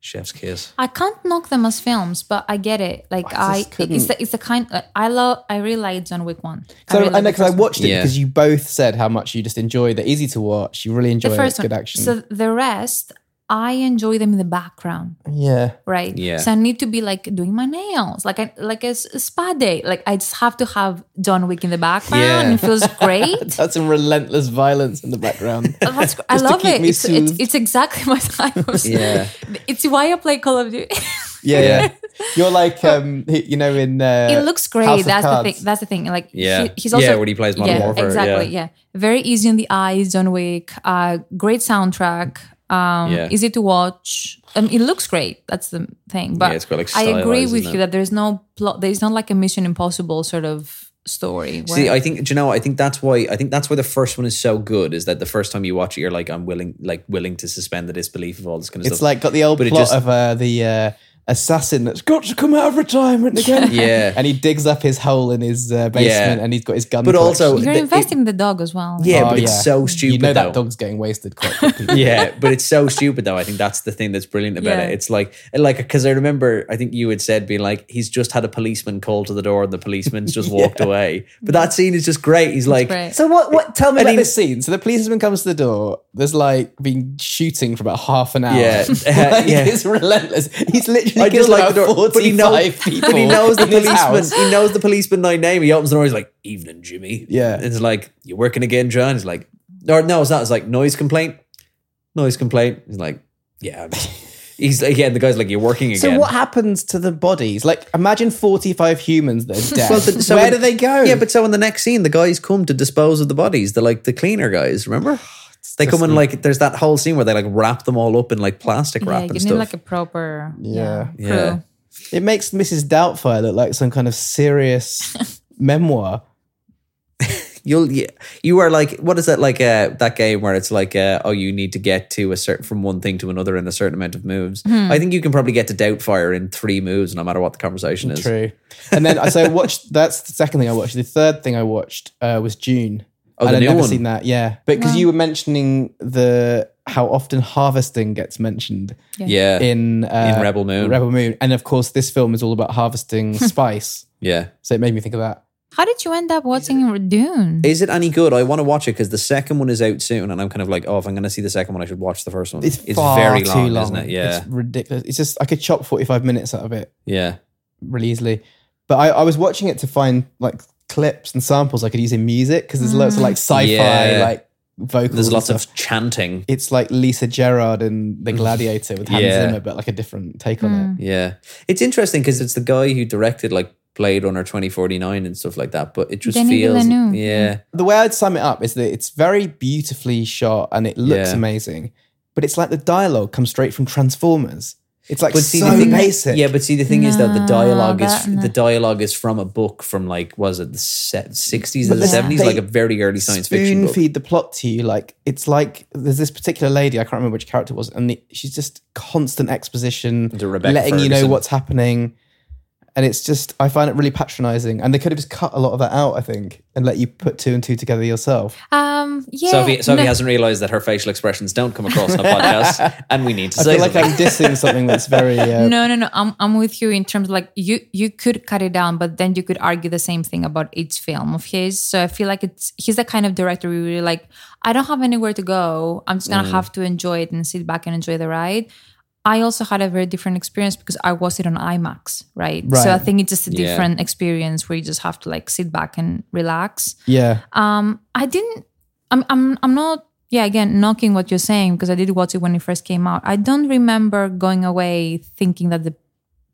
Speaker 8: chef's kiss.
Speaker 7: I can't knock them as films, but I get it. Like I,
Speaker 9: just
Speaker 7: it's
Speaker 9: couldn't.
Speaker 7: the, it's the kind like, I love. I really like John Wick one.
Speaker 9: So
Speaker 7: really
Speaker 9: I know
Speaker 7: like the
Speaker 9: because I
Speaker 7: first one.
Speaker 9: watched it
Speaker 8: Yeah.
Speaker 9: because you both said how much you just enjoy. They're easy to watch. You really enjoy
Speaker 7: the first
Speaker 9: it. Good
Speaker 7: one.
Speaker 9: action.
Speaker 7: So the rest, I enjoy them in the background,
Speaker 9: Yeah.
Speaker 7: right?
Speaker 8: Yeah.
Speaker 7: So I need to be like doing my nails, like I, like a s- spa day. Like I just have to have John Wick in the background.
Speaker 8: Yeah.
Speaker 7: And it feels
Speaker 9: [LAUGHS]
Speaker 7: great.
Speaker 9: That's some relentless violence in the background.
Speaker 7: Oh, That's, gr- I
Speaker 9: Just to
Speaker 7: love
Speaker 9: keep
Speaker 7: it.
Speaker 9: me
Speaker 7: It's, it's,
Speaker 9: soothed.
Speaker 7: it's exactly [LAUGHS] my type. Of
Speaker 8: Yeah.
Speaker 7: It's why I play Call of Duty. [LAUGHS]
Speaker 9: yeah, yeah. You're like, um, he- you know, in uh,
Speaker 7: it looks
Speaker 9: House
Speaker 7: great.
Speaker 9: of
Speaker 7: That's the
Speaker 9: Cards.
Speaker 7: thing. That's the thing. Like
Speaker 8: Yeah.
Speaker 7: he- he's also
Speaker 8: Yeah, when he plays Modern
Speaker 7: yeah,
Speaker 8: Warfare,
Speaker 7: Exactly.
Speaker 8: yeah.
Speaker 7: Yeah. Very easy on the eyes. John Wick. Uh, great soundtrack. Um,
Speaker 8: Yeah.
Speaker 7: easy to watch. Um, it looks great. That's the thing. But
Speaker 8: it's quite, like,
Speaker 7: I agree
Speaker 8: stylized,
Speaker 7: with
Speaker 8: isn't
Speaker 7: you
Speaker 8: it?
Speaker 7: that there's no plot. There's not like a Mission Impossible sort of story.
Speaker 8: See,
Speaker 7: where-
Speaker 8: I think do you know. I think that's why. I think that's why the first one is so good. Is that the first time you watch it, you're like, I'm willing, like willing to suspend the disbelief of all this kind of
Speaker 9: It's
Speaker 8: stuff.
Speaker 9: like got the old
Speaker 8: But it
Speaker 9: plot
Speaker 8: just-
Speaker 9: of uh, the uh, assassin that's got to come out of retirement again.
Speaker 8: [LAUGHS] Yeah.
Speaker 9: and he digs up his hole in his uh, basement,
Speaker 8: Yeah.
Speaker 9: and he's got his gun.
Speaker 8: But also-
Speaker 9: collection.
Speaker 7: you're
Speaker 8: the-
Speaker 7: investing in the dog as well.
Speaker 8: yeah,
Speaker 9: Oh,
Speaker 8: but it's
Speaker 9: yeah.
Speaker 8: so stupid.
Speaker 9: you know
Speaker 8: though. [LAUGHS]
Speaker 9: that dog's getting wasted quite quickly.
Speaker 8: yeah, but it's so stupid though. I think that's the thing that's brilliant about
Speaker 7: Yeah.
Speaker 8: it. It's like like because I remember I think you had said being like he's just had a policeman call to the door and the policeman's [LAUGHS] just walked away. But that scene is just great. He's like
Speaker 7: great.
Speaker 8: so what? What? Tell me
Speaker 9: About
Speaker 8: about
Speaker 9: this scene, so the policeman comes to the door. There's like been shooting for about half an hour. [LAUGHS]
Speaker 8: Yeah. Uh,
Speaker 9: Like,
Speaker 8: Yeah.
Speaker 9: it's relentless. He's literally
Speaker 8: I just
Speaker 9: killed
Speaker 8: like
Speaker 9: about
Speaker 8: the door, but he knows-
Speaker 9: 45 people.
Speaker 8: But he knows the
Speaker 9: [LAUGHS] in his
Speaker 8: policeman.
Speaker 9: house.
Speaker 8: He knows the policeman by name. He opens the door. He's like, "Evening, Jimmy."
Speaker 9: Yeah.
Speaker 8: it's like you working again, John. He's like, "Or no, it's not." It's like noise complaint. Noise complaint. He's like, "Yeah." I'm
Speaker 9: [LAUGHS]
Speaker 8: just-" He's like, yeah. And the guy's like, "You're working again."
Speaker 9: So what happens to the bodies? Like imagine 45 humans that [LAUGHS] are dead.
Speaker 8: Well, then- so
Speaker 9: Where
Speaker 8: in-
Speaker 9: do they go?
Speaker 8: Yeah, but so in the next scene, the guys come to dispose of the bodies. They're like the cleaner guys.
Speaker 9: [SIGHS]
Speaker 8: Remember? They come and like there's that whole scene where they like wrap them all up in like plastic
Speaker 7: Yeah,
Speaker 8: wrap
Speaker 7: you
Speaker 8: and
Speaker 7: need
Speaker 8: stuff.
Speaker 7: like a proper
Speaker 9: Yeah.
Speaker 7: crew.
Speaker 8: Yeah.
Speaker 9: It makes Mrs. Doubtfire look like some kind of [LAUGHS] serious memoir.
Speaker 8: You'll you, you are like what is that like uh, that game where it's like uh, oh you need to get to a certain from one thing to another in a certain amount of moves. I think you can probably get to Doubtfire in three moves, no matter what the conversation is.
Speaker 9: True. And then so I watched. That's the second thing I watched. The third thing I watched uh, was June.
Speaker 8: Oh, the
Speaker 9: and I'd
Speaker 8: new
Speaker 9: never
Speaker 8: one.
Speaker 9: seen that. Yeah, but because you were mentioning the how often harvesting gets mentioned
Speaker 8: Yeah,
Speaker 9: in uh,
Speaker 8: In Rebel Moon.
Speaker 9: Rebel Moon, and of course this film is all about harvesting [LAUGHS] spice.
Speaker 8: yeah.
Speaker 9: So it made me think of that.
Speaker 7: How did you end up watching Dune?
Speaker 8: Is it any good? I want to watch it because the second one is out soon, and I'm kind of like, oh, if I'm going to see the second one, I should watch the first one.
Speaker 9: It's, far
Speaker 8: very
Speaker 9: too
Speaker 8: long,
Speaker 9: long,
Speaker 8: isn't it? Yeah,
Speaker 9: it's ridiculous. It's just I could chop forty five minutes out of it.
Speaker 8: yeah.
Speaker 9: really easily. But I, I was watching it to find like clips and samples I could use in music because there's lots of like sci-fi
Speaker 8: Yeah.
Speaker 9: like vocals.
Speaker 8: There's
Speaker 9: and
Speaker 8: lots
Speaker 9: stuff.
Speaker 8: of chanting.
Speaker 9: It's like Lisa Gerard
Speaker 8: [LAUGHS]
Speaker 9: in The Gladiator with Hans
Speaker 8: Yeah.
Speaker 9: Zimmer, but like a different take on
Speaker 7: Hmm.
Speaker 9: it.
Speaker 8: Yeah. It's interesting because it's the guy who directed like Blade Runner 2049 and stuff like that, but it just
Speaker 7: Denis
Speaker 8: feels.
Speaker 7: Villeneuve.
Speaker 8: Yeah.
Speaker 9: The way I'd sum it up is that it's very beautifully shot and it looks
Speaker 8: Yeah.
Speaker 9: amazing, but it's like the dialogue comes straight from Transformers. It's like
Speaker 8: But see,
Speaker 9: so
Speaker 8: the thing,
Speaker 9: basic.
Speaker 8: yeah, but see, the thing is that the
Speaker 7: No,
Speaker 8: dialogue is
Speaker 7: that-
Speaker 8: the dialogue is from a book from like was it the sixties or
Speaker 9: But
Speaker 8: the
Speaker 9: listen,
Speaker 8: seventies,
Speaker 9: they
Speaker 8: like a very early science fiction
Speaker 9: spoon
Speaker 8: book.
Speaker 9: feed the plot to you. Like it's like there's this particular lady I can't remember which character it was, and the, she's just constant exposition,
Speaker 8: The Rebecca
Speaker 9: letting you know
Speaker 8: Ferguson.
Speaker 9: what's happening, and it's just I find it really patronising. And they could have just cut a lot of that out, I think, and let you put two and two together yourself.
Speaker 7: Um, yeah.
Speaker 8: Sophie, Sophie
Speaker 7: no.
Speaker 8: hasn't realized that her facial expressions don't come across [LAUGHS] on a podcast, and we need to
Speaker 9: I
Speaker 8: say
Speaker 9: feel like I'm
Speaker 8: something.
Speaker 9: dissing something that's
Speaker 7: [LAUGHS]
Speaker 9: very uh,
Speaker 7: no no no I'm, I'm with you in terms of like you you could cut it down but then you could argue the same thing about each film of his so i feel like it's he's the kind of director where you're like i don't have anywhere to go i'm just gonna have to enjoy it and sit back and enjoy the ride i also had a very different experience because i watched it on imax right, so i
Speaker 9: Right.
Speaker 7: think it's just a
Speaker 8: Yeah.
Speaker 7: different experience where you just have to like sit back and relax
Speaker 9: yeah.
Speaker 7: um, I didn't. I'm. I'm. I'm not. Yeah. Again, knocking what you're saying because I did watch it when it first came out. I don't remember going away thinking that the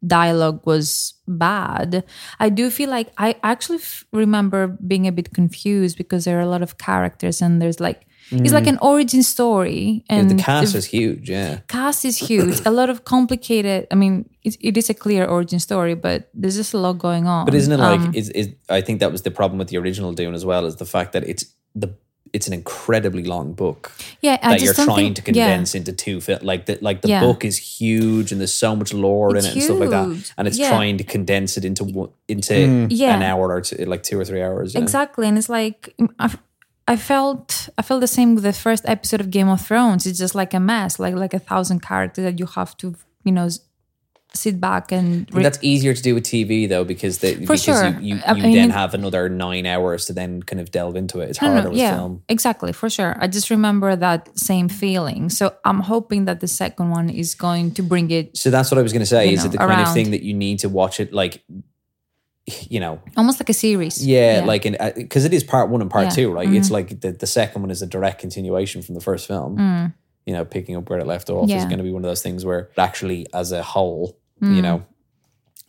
Speaker 7: dialogue was bad. I do feel like I actually f- remember being a bit confused because there are a lot of characters and there's like it's like an origin story
Speaker 8: Mm. Yeah,
Speaker 7: and
Speaker 8: the cast
Speaker 7: if-
Speaker 8: is huge, yeah.
Speaker 7: cast
Speaker 8: [COUGHS]
Speaker 7: is huge. a lot of complicated. I mean, it, it is a clear origin story, but there's just a lot going on.
Speaker 8: But isn't it
Speaker 7: Um,
Speaker 8: like is, is I think that was the problem with the original Dune as well, is the fact that it's the it's an incredibly long book.
Speaker 7: yeah, I
Speaker 8: that
Speaker 7: just
Speaker 8: you're
Speaker 7: don't
Speaker 8: trying
Speaker 7: think-
Speaker 8: to
Speaker 7: yeah.
Speaker 8: condense into two film. Like the like the
Speaker 7: Yeah.
Speaker 8: book is huge and there's so much lore
Speaker 7: It's
Speaker 8: in it and stuff like
Speaker 7: huge.
Speaker 8: that, and it's
Speaker 7: Yeah.
Speaker 8: trying to condense it into one into
Speaker 7: Yeah.
Speaker 8: an hour or two, like two or three hours. you know?
Speaker 7: exactly and it's like mm, I, I felt i felt the same with the first episode of game of thrones it's just like a mess like like a thousand characters that you have to you know s- sit back and
Speaker 8: I think that's easier to do with TV though because they, because
Speaker 7: sure.
Speaker 8: you, you, you
Speaker 7: I mean,
Speaker 8: then
Speaker 7: it-
Speaker 8: have another nine hours to then kind of delve into it. It's
Speaker 7: No, no,
Speaker 8: harder with
Speaker 7: yeah,
Speaker 8: film.
Speaker 7: exactly, for sure. I just remember that same feeling. So I'm hoping that the second one is going to bring it
Speaker 8: So that's what I was going to say.
Speaker 7: You
Speaker 8: is
Speaker 7: know,
Speaker 8: it the kind of
Speaker 7: around.
Speaker 8: thing that you need to watch it like, you know,
Speaker 7: almost like a series.
Speaker 8: yeah, like in because it is part one and part
Speaker 7: Yeah. Mm-hmm.
Speaker 8: two, right? It's like the, the second one is a direct continuation from the first film. You know, picking up where it left off is
Speaker 7: Mm. Yeah. Mm.
Speaker 8: going to be one of those things where actually, as a whole, you know,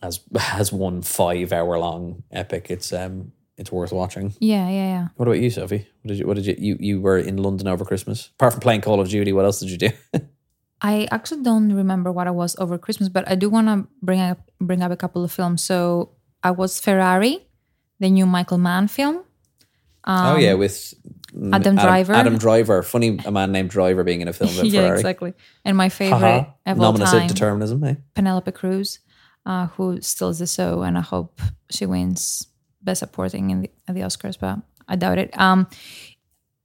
Speaker 8: as [LAUGHS] as one five hour long epic, it's um it's worth watching.
Speaker 7: yeah, yeah, yeah.
Speaker 8: What about you, Sophie? What did you? What did you? You you were in London over Christmas. Apart from playing Call of Duty, what else did you do? [LAUGHS]
Speaker 7: I actually don't remember what I was over Christmas, but I do want to bring up bring up a couple of films. So I was Ferrari, the new Michael Mann film.
Speaker 8: oh yeah, with mm,
Speaker 7: Um, Adam Driver.
Speaker 8: Adam Driver. Funny, a man named Driver being in a
Speaker 7: [LAUGHS]
Speaker 8: film. About Ferrari.
Speaker 7: exactly. And my favorite
Speaker 8: Haha.
Speaker 7: of all
Speaker 8: Nominative
Speaker 7: time,
Speaker 8: determinism. Eh?
Speaker 7: Penelope Cruz, uh, who still is the so, and I hope she wins best supporting in the, at the Oscars, but I doubt it. Um,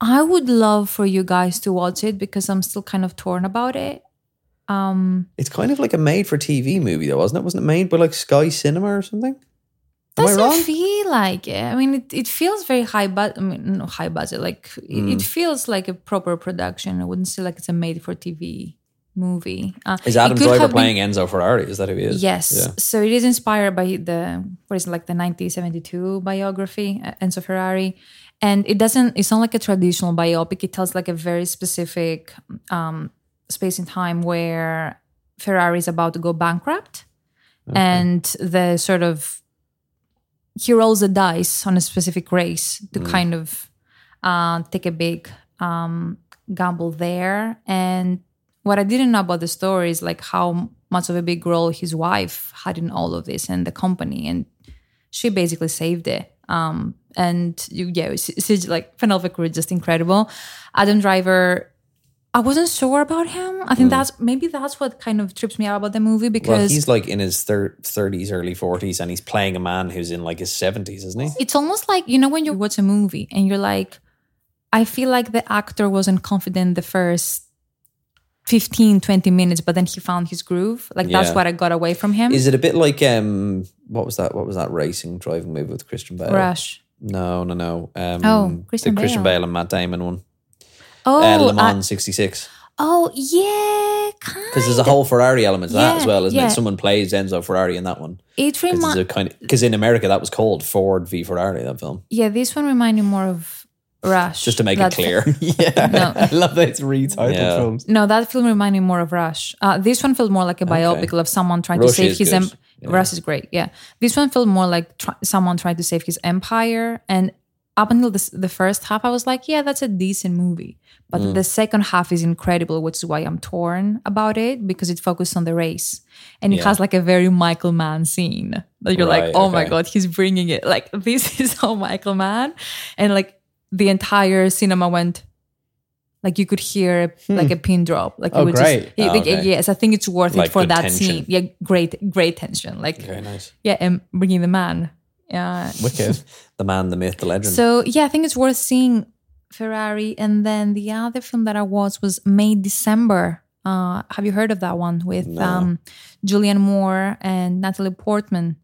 Speaker 7: I would love for you guys to watch it because I'm still kind of torn about it.
Speaker 8: It's kind of like a made-for-TV movie, though, wasn't it? Wasn't it made by like Sky Cinema or something? Am I
Speaker 7: doesn't
Speaker 8: wrong?
Speaker 7: feel like it. I mean, it, it feels very high budget. I mean, no high budget. Like it, it
Speaker 8: Hmm.
Speaker 7: feels like a proper production. I wouldn't say like it's a made for TV movie. Uh,
Speaker 8: Is
Speaker 7: it
Speaker 8: Adam
Speaker 7: could
Speaker 8: Driver
Speaker 7: have been-
Speaker 8: playing Enzo Ferrari? Is that who he is?
Speaker 7: Yes.
Speaker 8: Yeah.
Speaker 7: So it is inspired by the what is it, like the 1972 biography uh, Enzo Ferrari, and it doesn't. It's not like a traditional biopic. It tells like a very specific um, space and time where Ferrari is about to go bankrupt, and the sort of he rolls the dice on a specific race to
Speaker 8: Mm.
Speaker 7: kind of uh, take a big um, gamble there. And what I didn't know about the story is like how much of a big role his wife had in all of this and the company, and she basically saved it. Um, and you, yeah, it's, it's like Penelope Cruz, just incredible. Adam Driver. I wasn't sure about him. I think that's maybe that's what kind of trips me out about the movie because
Speaker 8: Well, he's like in his thir- 30s, early 40s, and he's playing a man who's in like his 70s, isn't he?
Speaker 7: it's almost like you know when you watch a movie and you're like i feel like the actor wasn't confident the first 15 20 minutes but then he found his groove like
Speaker 8: Yeah.
Speaker 7: that's what i got away from him
Speaker 8: Is it a bit like um what was that? What was that racing driving movie with Christian Bale?
Speaker 7: rush
Speaker 8: No, no, no. Um,
Speaker 7: Oh, Christian
Speaker 8: the Christian
Speaker 7: Bale.
Speaker 8: Bale and Matt Damon one. uh,
Speaker 7: oh
Speaker 8: Le
Speaker 7: uh,
Speaker 8: Mans '66.
Speaker 7: oh yeah kind
Speaker 8: Because there's a whole Ferrari element to that
Speaker 7: Yeah,
Speaker 8: as well, isn't
Speaker 7: yeah.
Speaker 8: it? Someone plays Enzo Ferrari in that one.
Speaker 7: it
Speaker 8: Because
Speaker 7: reminds
Speaker 8: kind of, 'cause in America that was called Ford v Ferrari. That film.
Speaker 7: yeah this one reminded me more of rush
Speaker 8: Just to make
Speaker 7: That-
Speaker 8: it clear.
Speaker 7: [LAUGHS]
Speaker 9: yeah,
Speaker 8: [LAUGHS]
Speaker 7: No.
Speaker 9: [LAUGHS] I love that it's retitled
Speaker 8: Yeah.
Speaker 9: films.
Speaker 7: No, that film reminded me more of Rush. Uh, this one felt more like a biopic of someone trying
Speaker 8: Rush
Speaker 7: to save
Speaker 8: is
Speaker 7: his
Speaker 8: good.
Speaker 7: empire. Rush is great, yeah. This one felt more like try- someone trying to save his empire. And up until this, the first half, I was like, yeah, that's a decent movie. But
Speaker 8: Mm.
Speaker 7: the second half is incredible, which is why I'm torn about it because it focused on the race. And it
Speaker 8: Yeah.
Speaker 7: has like a very Michael Mann scene that you're
Speaker 8: Right,
Speaker 7: like, oh my
Speaker 8: okay.
Speaker 7: God, he's bringing it. Like, [LAUGHS] this is all Michael Mann. And like the entire cinema went, like you could hear like a pin drop. Like
Speaker 9: Oh,
Speaker 7: you would
Speaker 9: great.
Speaker 7: just you-
Speaker 8: Oh,
Speaker 7: like,
Speaker 8: okay.
Speaker 7: yes, I think it's worth
Speaker 8: Like
Speaker 7: it for
Speaker 8: good
Speaker 7: that
Speaker 8: tension.
Speaker 7: scene. Yeah, great, great tension. Like
Speaker 8: Very nice.
Speaker 7: yeah, and bringing the man. Yeah.
Speaker 9: Wicked.
Speaker 8: The man, the myth, the legend.
Speaker 7: So yeah, I think it's worth seeing Ferrari. And then the other film that I watched was May December. Uh, have you heard of that one with um, Julianne Moore and Natalie Portman?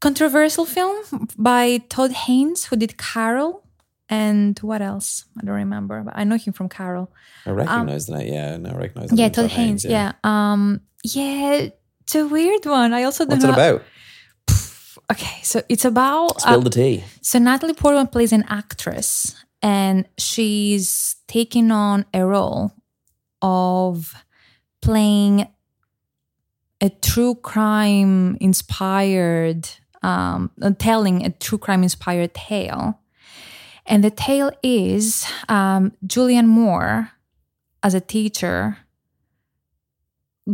Speaker 7: Controversial film by Todd Haynes, who did Carol, and what else? I don't remember, but I know him from Carol.
Speaker 8: I recognize the name. Yeah, no, I recognize. the
Speaker 7: um, Yeah,
Speaker 8: name.
Speaker 7: Todd
Speaker 8: Todd
Speaker 7: Haynes. Yeah. Um, yeah, it's a weird one. I also don't
Speaker 8: What's
Speaker 7: know.
Speaker 8: it about?
Speaker 7: Okay, so it's about uh,
Speaker 8: Spill the tea.
Speaker 7: so Natalie Portman plays an actress, and she's taking on a role of playing a true crime inspired, um, uh, telling a true crime inspired tale. And the tale is um, Julianne Moore, as a teacher,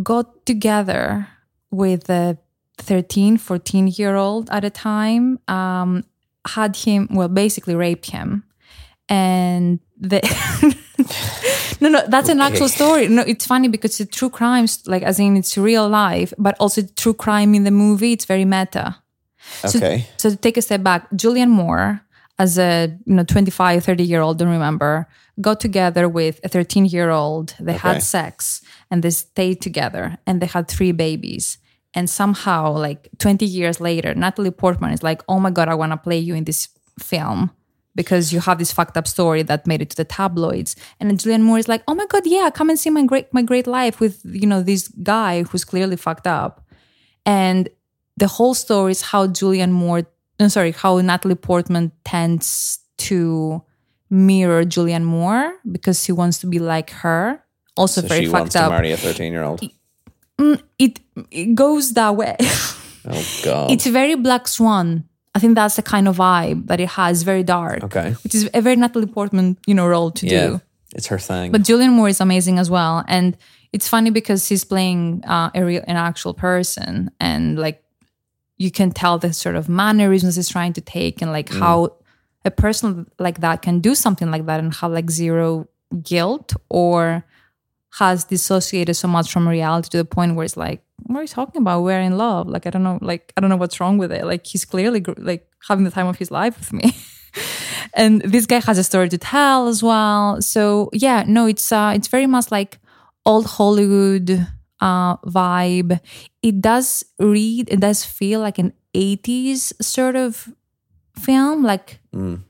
Speaker 7: got together with a 13, 14 year old at a time, um, had him, well, basically raped him. And the. [LAUGHS] no, no, that's an actual story. No, it's funny because it's a true crime, s- like as in it's real life, but also true crime in the movie. It's very meta. So-
Speaker 8: Okay.
Speaker 7: So, to take a step back, Julian Moore, as a you know 25, 30 year old, don't remember, got together with a 13 year old. They
Speaker 8: Okay.
Speaker 7: had sex and they stayed together and they had three babies. and somehow like 20 years later natalie portman is like oh my god i want to play you in this film because you have this fucked up story that made it to the tabloids and then julianne moore is like oh my god yeah come and see my great my great life with you know this guy who's clearly fucked up and the whole story is how julianne moore no sorry how natalie portman tends to mirror julianne moore because she wants to be like her also
Speaker 8: So
Speaker 7: very
Speaker 8: she
Speaker 7: fucked
Speaker 8: wants
Speaker 7: up
Speaker 8: to marry a 13 year old.
Speaker 7: it, it goes that way. [LAUGHS]
Speaker 8: Oh, God.
Speaker 7: it's very Black Swan. I think that's the kind of vibe that it has, very dark.
Speaker 8: Okay.
Speaker 7: Which is a very Natalie Portman, you know, role to
Speaker 8: yeah.
Speaker 7: do.
Speaker 8: It's her thing.
Speaker 7: But Julian Moore is amazing as well, and it's funny because she's playing uh, a real, an actual person, and like you can tell the sort of mannerisms he's trying to take, and like how a person like that can do something like that and have like zero guilt or has dissociated so much from reality to the point where it's like, what are you talking about? We're in love. Like I don't know. Like I don't know what's wrong with it. Like he's clearly gr- like having the time of his life with me. [LAUGHS] and this guy has a story to tell as well. So yeah, no, it's uh, it's very much like old Hollywood uh, vibe. It does read, it does feel like an '80s sort of film, like
Speaker 8: Mm.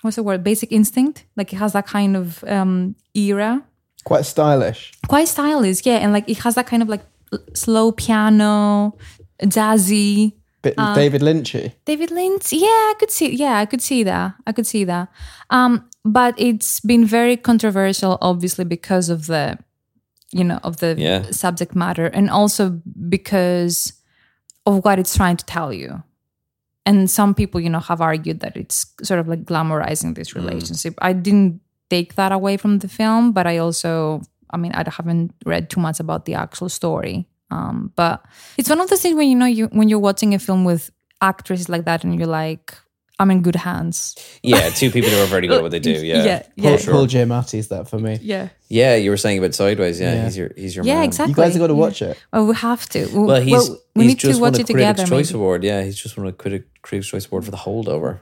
Speaker 7: what's the word? Basic Instinct. Like it has that kind of um, era
Speaker 9: Quite stylish.
Speaker 7: quite stylish, yeah, and like it has that kind of like l- slow piano, jazzy.
Speaker 9: Bit
Speaker 7: Um,
Speaker 9: David Lynchy.
Speaker 7: David Lynch, yeah, I could see, yeah, I could see that, I could see that. Um, but it's been very controversial, obviously, because of the, you know, of the
Speaker 8: Yeah.
Speaker 7: subject matter, and also because of what it's trying to tell you. And some people, you know, have argued that it's sort of like glamorizing this relationship. I didn't take that away from the film, but I also, I mean, I haven't read too much about the actual story. Um, but it's one of those things when you know you when you're watching a film with actresses like that, and you're like, I'm in good hands.
Speaker 8: yeah, two people who are very good at what they do.
Speaker 7: [LAUGHS]
Speaker 8: Yeah.
Speaker 7: yeah,
Speaker 9: Paul,
Speaker 7: yeah,
Speaker 8: sure.
Speaker 9: Paul Giamatti is that for me.
Speaker 8: [LAUGHS]
Speaker 7: yeah,
Speaker 8: Yeah, you were saying about Sideways. Yeah,
Speaker 9: Yeah.
Speaker 8: he's your he's your
Speaker 7: yeah,
Speaker 8: man.
Speaker 7: exactly.
Speaker 9: You guys have got to
Speaker 7: Yeah.
Speaker 9: watch it.
Speaker 7: Well, we have to. We-
Speaker 8: Well, he's
Speaker 7: we
Speaker 8: he's
Speaker 7: need
Speaker 8: just
Speaker 7: to
Speaker 8: won
Speaker 7: watch
Speaker 8: a
Speaker 7: it
Speaker 8: Critics'
Speaker 7: together.
Speaker 8: Choice
Speaker 7: maybe.
Speaker 8: Award. Yeah, he's just won a Critic, Critics' Choice Award for the holdover.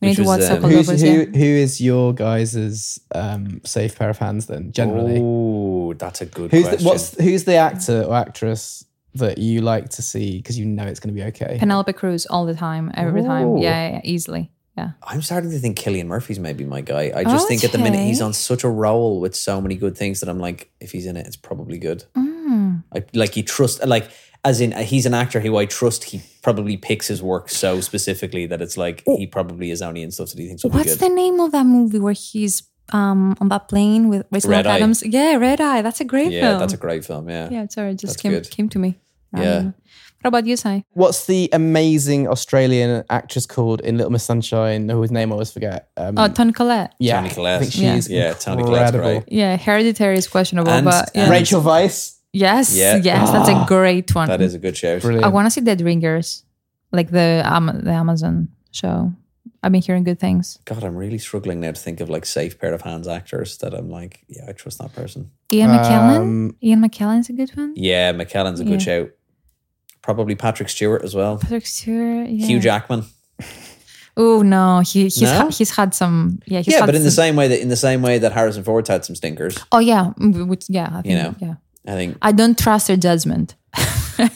Speaker 7: We need
Speaker 8: which
Speaker 7: to
Speaker 8: was,
Speaker 7: watch
Speaker 8: uh,
Speaker 7: Sokol
Speaker 9: Who's,
Speaker 7: Lovers.
Speaker 9: who,
Speaker 7: yeah.
Speaker 9: who is your guys' um, safe pair of hands then, generally?
Speaker 8: Oh, that's a good
Speaker 9: Who's the,
Speaker 8: question.
Speaker 9: what's who's the actor or actress that you like to see because you know it's going to be okay?
Speaker 7: Penelope Cruz all the time, every time.
Speaker 8: Ooh.
Speaker 7: Yeah, yeah, yeah, easily. Yeah.
Speaker 8: I'm starting to think Killian Murphy's maybe my guy. I just think at the minute
Speaker 7: Okay.
Speaker 8: he's on such a roll with so many good things that I'm like, if he's in it, it's probably good.
Speaker 7: Mm.
Speaker 8: I, like he trust, like as in uh, he's an actor who I trust. He probably picks his work so specifically that it's like he probably is only in stuff that he thinks will be
Speaker 7: Oh. What's
Speaker 8: good.
Speaker 7: the name of that movie where he's um on that plane with Rachel
Speaker 8: Red Eye.
Speaker 7: McAdams? Yeah, Red Eye. That's a great
Speaker 8: yeah,
Speaker 7: film.
Speaker 8: that's a great film. Yeah,
Speaker 7: yeah, sorry, it just
Speaker 8: That's
Speaker 7: came
Speaker 8: good.
Speaker 7: came to me.
Speaker 8: Yeah.
Speaker 7: Um, What about you, Sai?
Speaker 9: What's the amazing Australian actress called in Little Miss Sunshine, whose name I always forget?
Speaker 8: Mm.
Speaker 9: Um,
Speaker 7: Oh, Toni Collette.
Speaker 9: yeah,
Speaker 8: Toni Collette.
Speaker 9: I think she
Speaker 7: Yeah.
Speaker 9: is
Speaker 8: Yeah, Toni Collette's
Speaker 9: incredible.
Speaker 8: great.
Speaker 7: Yeah, Hereditary is questionable,
Speaker 8: And-
Speaker 7: but yeah.
Speaker 8: and-
Speaker 9: Rachel Weisz,
Speaker 7: yes,
Speaker 8: Yeah. Ah,
Speaker 7: yes, that's a great one.
Speaker 8: that is a good shout.
Speaker 9: brilliant.
Speaker 7: I want to see Dead Ringers, like the um, the Amazon show. I've been hearing good things.
Speaker 8: God, I'm really struggling now to think of like safe pair of hands actors that I'm like, yeah, I trust that person.
Speaker 7: Ian McKellen.
Speaker 9: Um,
Speaker 7: Ian McKellen's a good one.
Speaker 8: Yeah, McKellen's a good
Speaker 7: Yeah.
Speaker 8: shout. Probably Patrick Stewart as well.
Speaker 7: Patrick Stewart. Yeah.
Speaker 8: Hugh Jackman.
Speaker 7: Oh no, he he's
Speaker 8: No?
Speaker 7: ha- he's had some. Yeah, he's
Speaker 8: yeah,
Speaker 7: had
Speaker 8: but in the
Speaker 7: some-
Speaker 8: same way that in the same way that Harrison Ford's had some stinkers,
Speaker 7: Oh yeah, mm, which, yeah, I think,
Speaker 8: know.
Speaker 7: yeah.
Speaker 8: I think.
Speaker 7: I don't trust their judgment. [LAUGHS]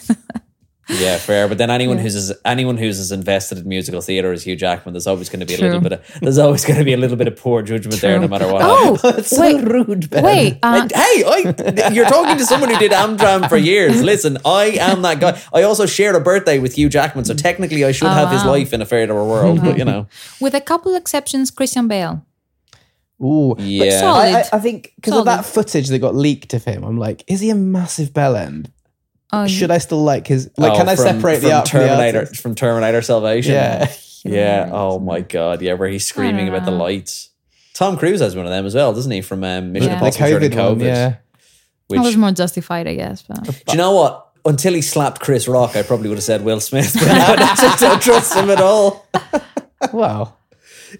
Speaker 8: Yeah, fair. But then anyone who's as, anyone who's as invested in musical theater as Hugh Jackman, there's always going to be a little
Speaker 7: True.
Speaker 8: bit of there's always going to be a little bit of poor judgment there, no matter what. [LAUGHS]
Speaker 7: Oh,
Speaker 9: That's so
Speaker 7: wait,
Speaker 9: rude, Ben.
Speaker 7: Wait, uh,
Speaker 8: And, hey, I, you're talking to someone who did Amdram for years. Listen, I am that guy. I also share a birthday with Hugh Jackman, so technically I
Speaker 7: Oh,
Speaker 8: should have his life in a fairer world. But you
Speaker 7: Mm-hmm.
Speaker 8: know,
Speaker 7: with a couple exceptions, Christian Bale.
Speaker 9: Ooh,
Speaker 8: Yeah.
Speaker 9: But I, I,
Speaker 7: Solid.
Speaker 9: I think because of
Speaker 7: Solid.
Speaker 9: that footage that got leaked of him, I'm like, is he a massive bell end?
Speaker 7: Oh,
Speaker 9: Should I still like his? Like, can I
Speaker 8: Oh, from-
Speaker 9: separate the
Speaker 8: from
Speaker 9: art from the
Speaker 8: Terminator
Speaker 9: artist?
Speaker 8: from Terminator Salvation?
Speaker 9: Yeah.
Speaker 8: Yeah. Oh my god. Yeah, where he's screaming about the lights. Tom Cruise has one of them as well, doesn't he? From um, Mission
Speaker 7: Yeah.
Speaker 9: The
Speaker 8: Impossible during
Speaker 9: COVID, one,
Speaker 8: COVID.
Speaker 9: yeah. [LAUGHS]
Speaker 7: that was
Speaker 8: Which,
Speaker 7: more justified, I guess. But.
Speaker 8: do you know what? Until he slapped Chris Rock, I probably would have said Will Smith. But now I just don't [LAUGHS] trust him at all.
Speaker 9: Wow.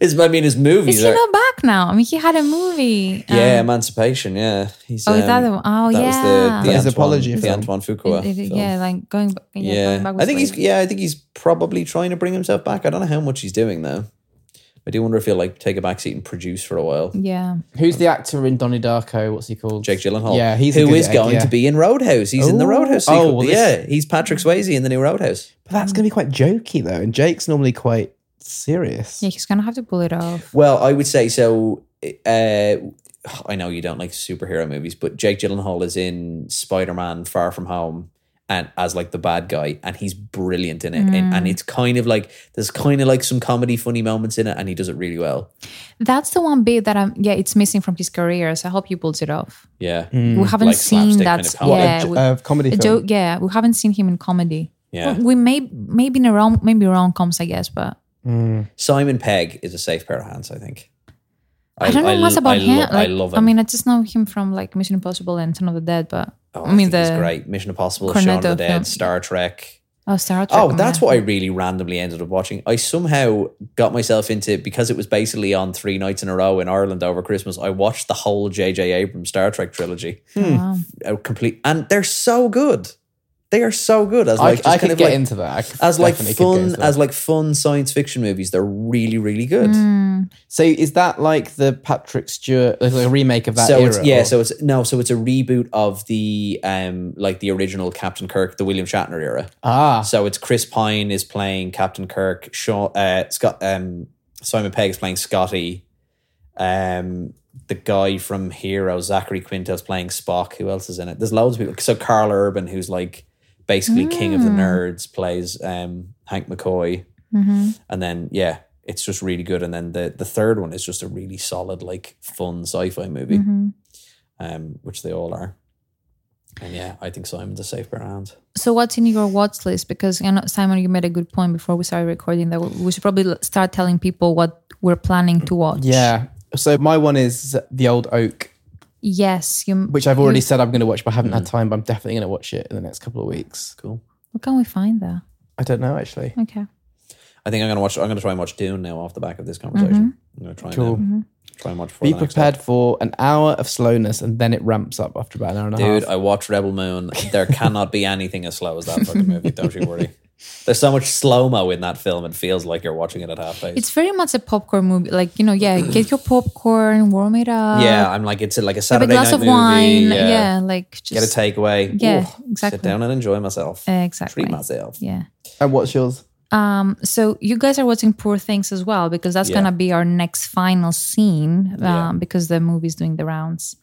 Speaker 8: His, I mean, his movies
Speaker 7: Is he
Speaker 8: are.
Speaker 7: not back now? I mean, he had a movie. um,
Speaker 8: yeah, Emancipation. Yeah. He's, um,
Speaker 7: Oh, is that the one? Oh,
Speaker 8: that
Speaker 7: yeah.
Speaker 8: was the, the
Speaker 9: His
Speaker 8: Antoine,
Speaker 9: apology
Speaker 8: The
Speaker 9: film.
Speaker 8: Antoine Fuqua.
Speaker 7: it- it-
Speaker 8: film.
Speaker 7: yeah, like going. ba- Yeah,
Speaker 8: Yeah,
Speaker 7: going back
Speaker 8: I think
Speaker 7: was
Speaker 8: he's.
Speaker 7: great.
Speaker 8: Yeah, I think he's probably trying to bring himself back. I don't know how much he's doing though. I do wonder if he'll like take a backseat and produce for a while.
Speaker 7: Yeah.
Speaker 9: Who's the actor in Donnie Darko? What's he called?
Speaker 8: Jake Gyllenhaal.
Speaker 9: Yeah, he's a
Speaker 8: who
Speaker 9: good
Speaker 8: is
Speaker 9: egg,
Speaker 8: going
Speaker 9: yeah.
Speaker 8: to be in Roadhouse. He's in the
Speaker 9: Ooh.
Speaker 8: Roadhouse.
Speaker 9: Oh,
Speaker 8: Sequel.
Speaker 9: well,
Speaker 8: yeah,
Speaker 9: this-
Speaker 8: he's Patrick Swayze in the new Roadhouse.
Speaker 9: But that's going to be quite jokey though, and Jake's normally quite serious.
Speaker 7: Yeah, he's gonna have to pull it off.
Speaker 8: Well, I would say so. Uh, I know you don't like superhero movies, but Jake Gyllenhaal is in Spider Man Far From Home. And as like the bad guy, and he's brilliant in it, and,
Speaker 7: Mm.
Speaker 8: and it's kind of like there's kind of like some comedy, funny moments in it, and he does it really well.
Speaker 7: That's the one bit that I'm. Yeah, it's missing from his career. So I hope he pulls it off.
Speaker 8: Yeah,
Speaker 7: We haven't
Speaker 8: Mm, Like
Speaker 7: seen
Speaker 8: slapstick
Speaker 7: that.
Speaker 8: kind of comedy.
Speaker 7: yeah,
Speaker 9: What,
Speaker 7: we,
Speaker 9: a, uh, comedy
Speaker 7: a
Speaker 9: film.
Speaker 7: joke. Yeah, we haven't seen him in comedy.
Speaker 8: Yeah.
Speaker 7: Well, we may maybe in a rom maybe rom coms, I guess, but
Speaker 8: Simon Pegg is a safe pair of hands, I think.
Speaker 7: I, don't know
Speaker 8: I-
Speaker 7: much about
Speaker 8: I
Speaker 7: him.
Speaker 8: lo- I
Speaker 7: Like,
Speaker 8: love him.
Speaker 7: I mean, I just know him from like Mission Impossible and Son of the Dead, but
Speaker 8: Oh,
Speaker 7: I mean
Speaker 8: think he's
Speaker 7: the
Speaker 8: great Mission Impossible, Shaun of the
Speaker 7: Cornetto
Speaker 8: Dead,
Speaker 7: film.
Speaker 8: Star Trek.
Speaker 7: oh Star Trek.
Speaker 8: Oh,
Speaker 7: man.
Speaker 8: that's what I really randomly ended up watching. I somehow got myself into because it was basically on three nights in a row in Ireland over Christmas. I watched the whole J.J. Abrams Star Trek trilogy,
Speaker 7: Wow.
Speaker 8: a complete, and they're so good. They are so good as
Speaker 9: I,
Speaker 8: like
Speaker 9: I
Speaker 8: just
Speaker 9: could
Speaker 8: kind of
Speaker 9: get
Speaker 8: like,
Speaker 9: into that. I could
Speaker 8: as like
Speaker 9: definitely could get
Speaker 8: fun
Speaker 9: into that.
Speaker 8: as like fun science fiction movies. They're really really good.
Speaker 9: Mm.
Speaker 7: Mm,
Speaker 9: so is that like the Patrick Stewart, like a remake of that
Speaker 8: so
Speaker 9: era?
Speaker 8: it's yeah
Speaker 9: or-
Speaker 8: so it's no so it's a reboot of the um like the original captain kirk the william shatner era
Speaker 9: ah,
Speaker 8: so it's chris pine is playing captain kirk Sean, uh, scott um simon pegg is playing scotty um the guy from hero zachary quinto's playing spock who else is in it there's loads of people so carl urban who's like basically king of the nerds plays um hank mccoy
Speaker 7: mm-hmm,
Speaker 8: and then yeah it's just really good and then the the third one is just a really solid like fun sci-fi movie
Speaker 7: Mm-hmm.
Speaker 8: um, which they all are. And yeah, I think Simon's a safe pair of hands.
Speaker 7: So what's in your watch list? Because you know, Simon, you made a good point before we started recording that we should probably l- start telling people what we're planning to watch.
Speaker 9: yeah. So my one is the old oak,
Speaker 7: Yes. You.
Speaker 9: which I've already said I'm going to watch, but I haven't had time. But I'm definitely going to watch it in the next couple of weeks.
Speaker 8: Mm. Cool.
Speaker 7: Where can we find that?
Speaker 9: I don't know actually.
Speaker 7: Okay.
Speaker 8: I think I'm gonna watch. I'm gonna try and watch Dune now off the back of this conversation. I'm
Speaker 7: Mm-hmm.
Speaker 8: gonna try
Speaker 9: Cool.
Speaker 8: and um, try and watch. before
Speaker 9: Be
Speaker 8: the next
Speaker 9: prepared for an hour of slowness, and then it ramps up after about an hour and a
Speaker 8: one. dude.
Speaker 9: half.
Speaker 8: I watched Rebel Moon. There cannot be anything as slow as that fucking movie. Don't you worry. There's so much slow mo in that film. It feels like you're watching it at half pace.
Speaker 7: It's very much a popcorn movie. Like you know, yeah, get your popcorn, warm it up.
Speaker 8: yeah, I'm like it's like a
Speaker 7: uh, Have a
Speaker 8: Saturday
Speaker 7: glass
Speaker 8: night
Speaker 7: of
Speaker 8: movie.
Speaker 7: wine.
Speaker 8: yeah.
Speaker 7: Yeah. Like
Speaker 8: Get a
Speaker 7: just
Speaker 8: takeaway.
Speaker 7: Yeah,
Speaker 8: Ooh,
Speaker 7: exactly. Eh,
Speaker 8: Sit down and enjoy myself.
Speaker 7: Exactly.
Speaker 8: Treat myself.
Speaker 7: Yeah.
Speaker 9: And what's yours?
Speaker 7: Um, so you guys are watching Poor Things as well because that's
Speaker 8: Yeah.
Speaker 7: gonna be our next final scene um,
Speaker 8: Yeah.
Speaker 7: because the movie's doing the rounds,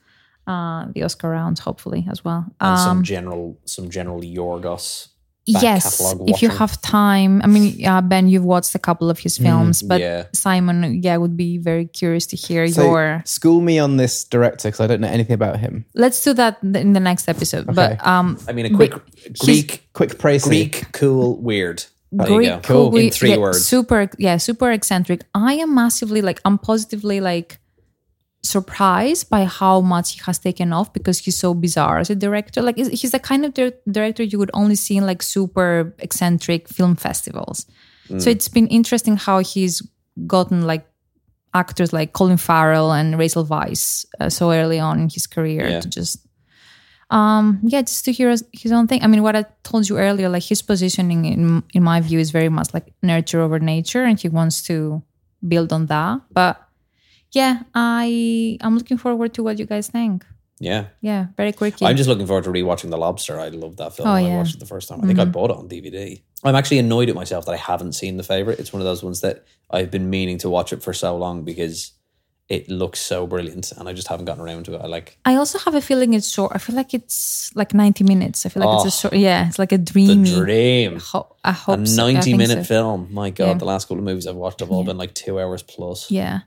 Speaker 7: uh, the Oscar rounds, hopefully as well. Um,
Speaker 8: And some general, some general Yorgos. back
Speaker 7: yes,
Speaker 8: catalogue
Speaker 7: if you
Speaker 8: watching.
Speaker 7: have time. I mean, uh, Ben, you've watched a couple of his films, but
Speaker 8: Mm, yeah.
Speaker 7: Simon, yeah, would be very curious to hear
Speaker 9: So
Speaker 7: your.
Speaker 9: school me on this director because I don't know anything about him.
Speaker 7: Let's do that in the next episode.
Speaker 9: Okay.
Speaker 7: But um,
Speaker 8: I mean, a quick Greek
Speaker 9: Quick praise.
Speaker 8: Greek, cool, weird. There you go.
Speaker 7: cool.
Speaker 8: In three
Speaker 7: yeah,
Speaker 8: words.
Speaker 7: Super, yeah, super eccentric. I am massively like, I'm positively like surprised by how much he has taken off because he's so bizarre as a director. Like, is- he's the kind of dir- director you would only see in like super eccentric film festivals. So it's been interesting how he's gotten like actors like Colin Farrell and Rachel Weisz uh, so early on in his career
Speaker 8: Yeah.
Speaker 7: to just um, yeah, just to hear his- his own thing. I mean, what I told you earlier, like his positioning in in my view is very much like nurture over nature, and he wants to build on that. But yeah, I I'm looking forward to what you guys think.
Speaker 8: Yeah.
Speaker 7: Yeah, very quirky.
Speaker 8: I'm just looking forward to rewatching The Lobster. I love that film.
Speaker 7: Oh,
Speaker 8: I
Speaker 7: yeah. Mm-hmm.
Speaker 8: watched it the first time. I think I bought it on DVD. I'm actually annoyed at myself that I haven't seen The Favorite. It's one of those ones that I've been meaning to watch it for so long because it looks so brilliant and I just haven't gotten around to it. I like
Speaker 7: I also have a feeling it's short. I feel like it's like 90 minutes. I feel like it's
Speaker 8: Oh.
Speaker 7: a short. Yeah, it's like a
Speaker 8: The
Speaker 7: dreamy.
Speaker 8: Dream.
Speaker 7: ho- I
Speaker 8: A
Speaker 7: hope so. I
Speaker 8: 90
Speaker 7: think
Speaker 8: minute
Speaker 7: so.
Speaker 8: film. My God,
Speaker 7: Yeah.
Speaker 8: the last couple of movies I've watched have all been like two hours plus.
Speaker 7: Yeah.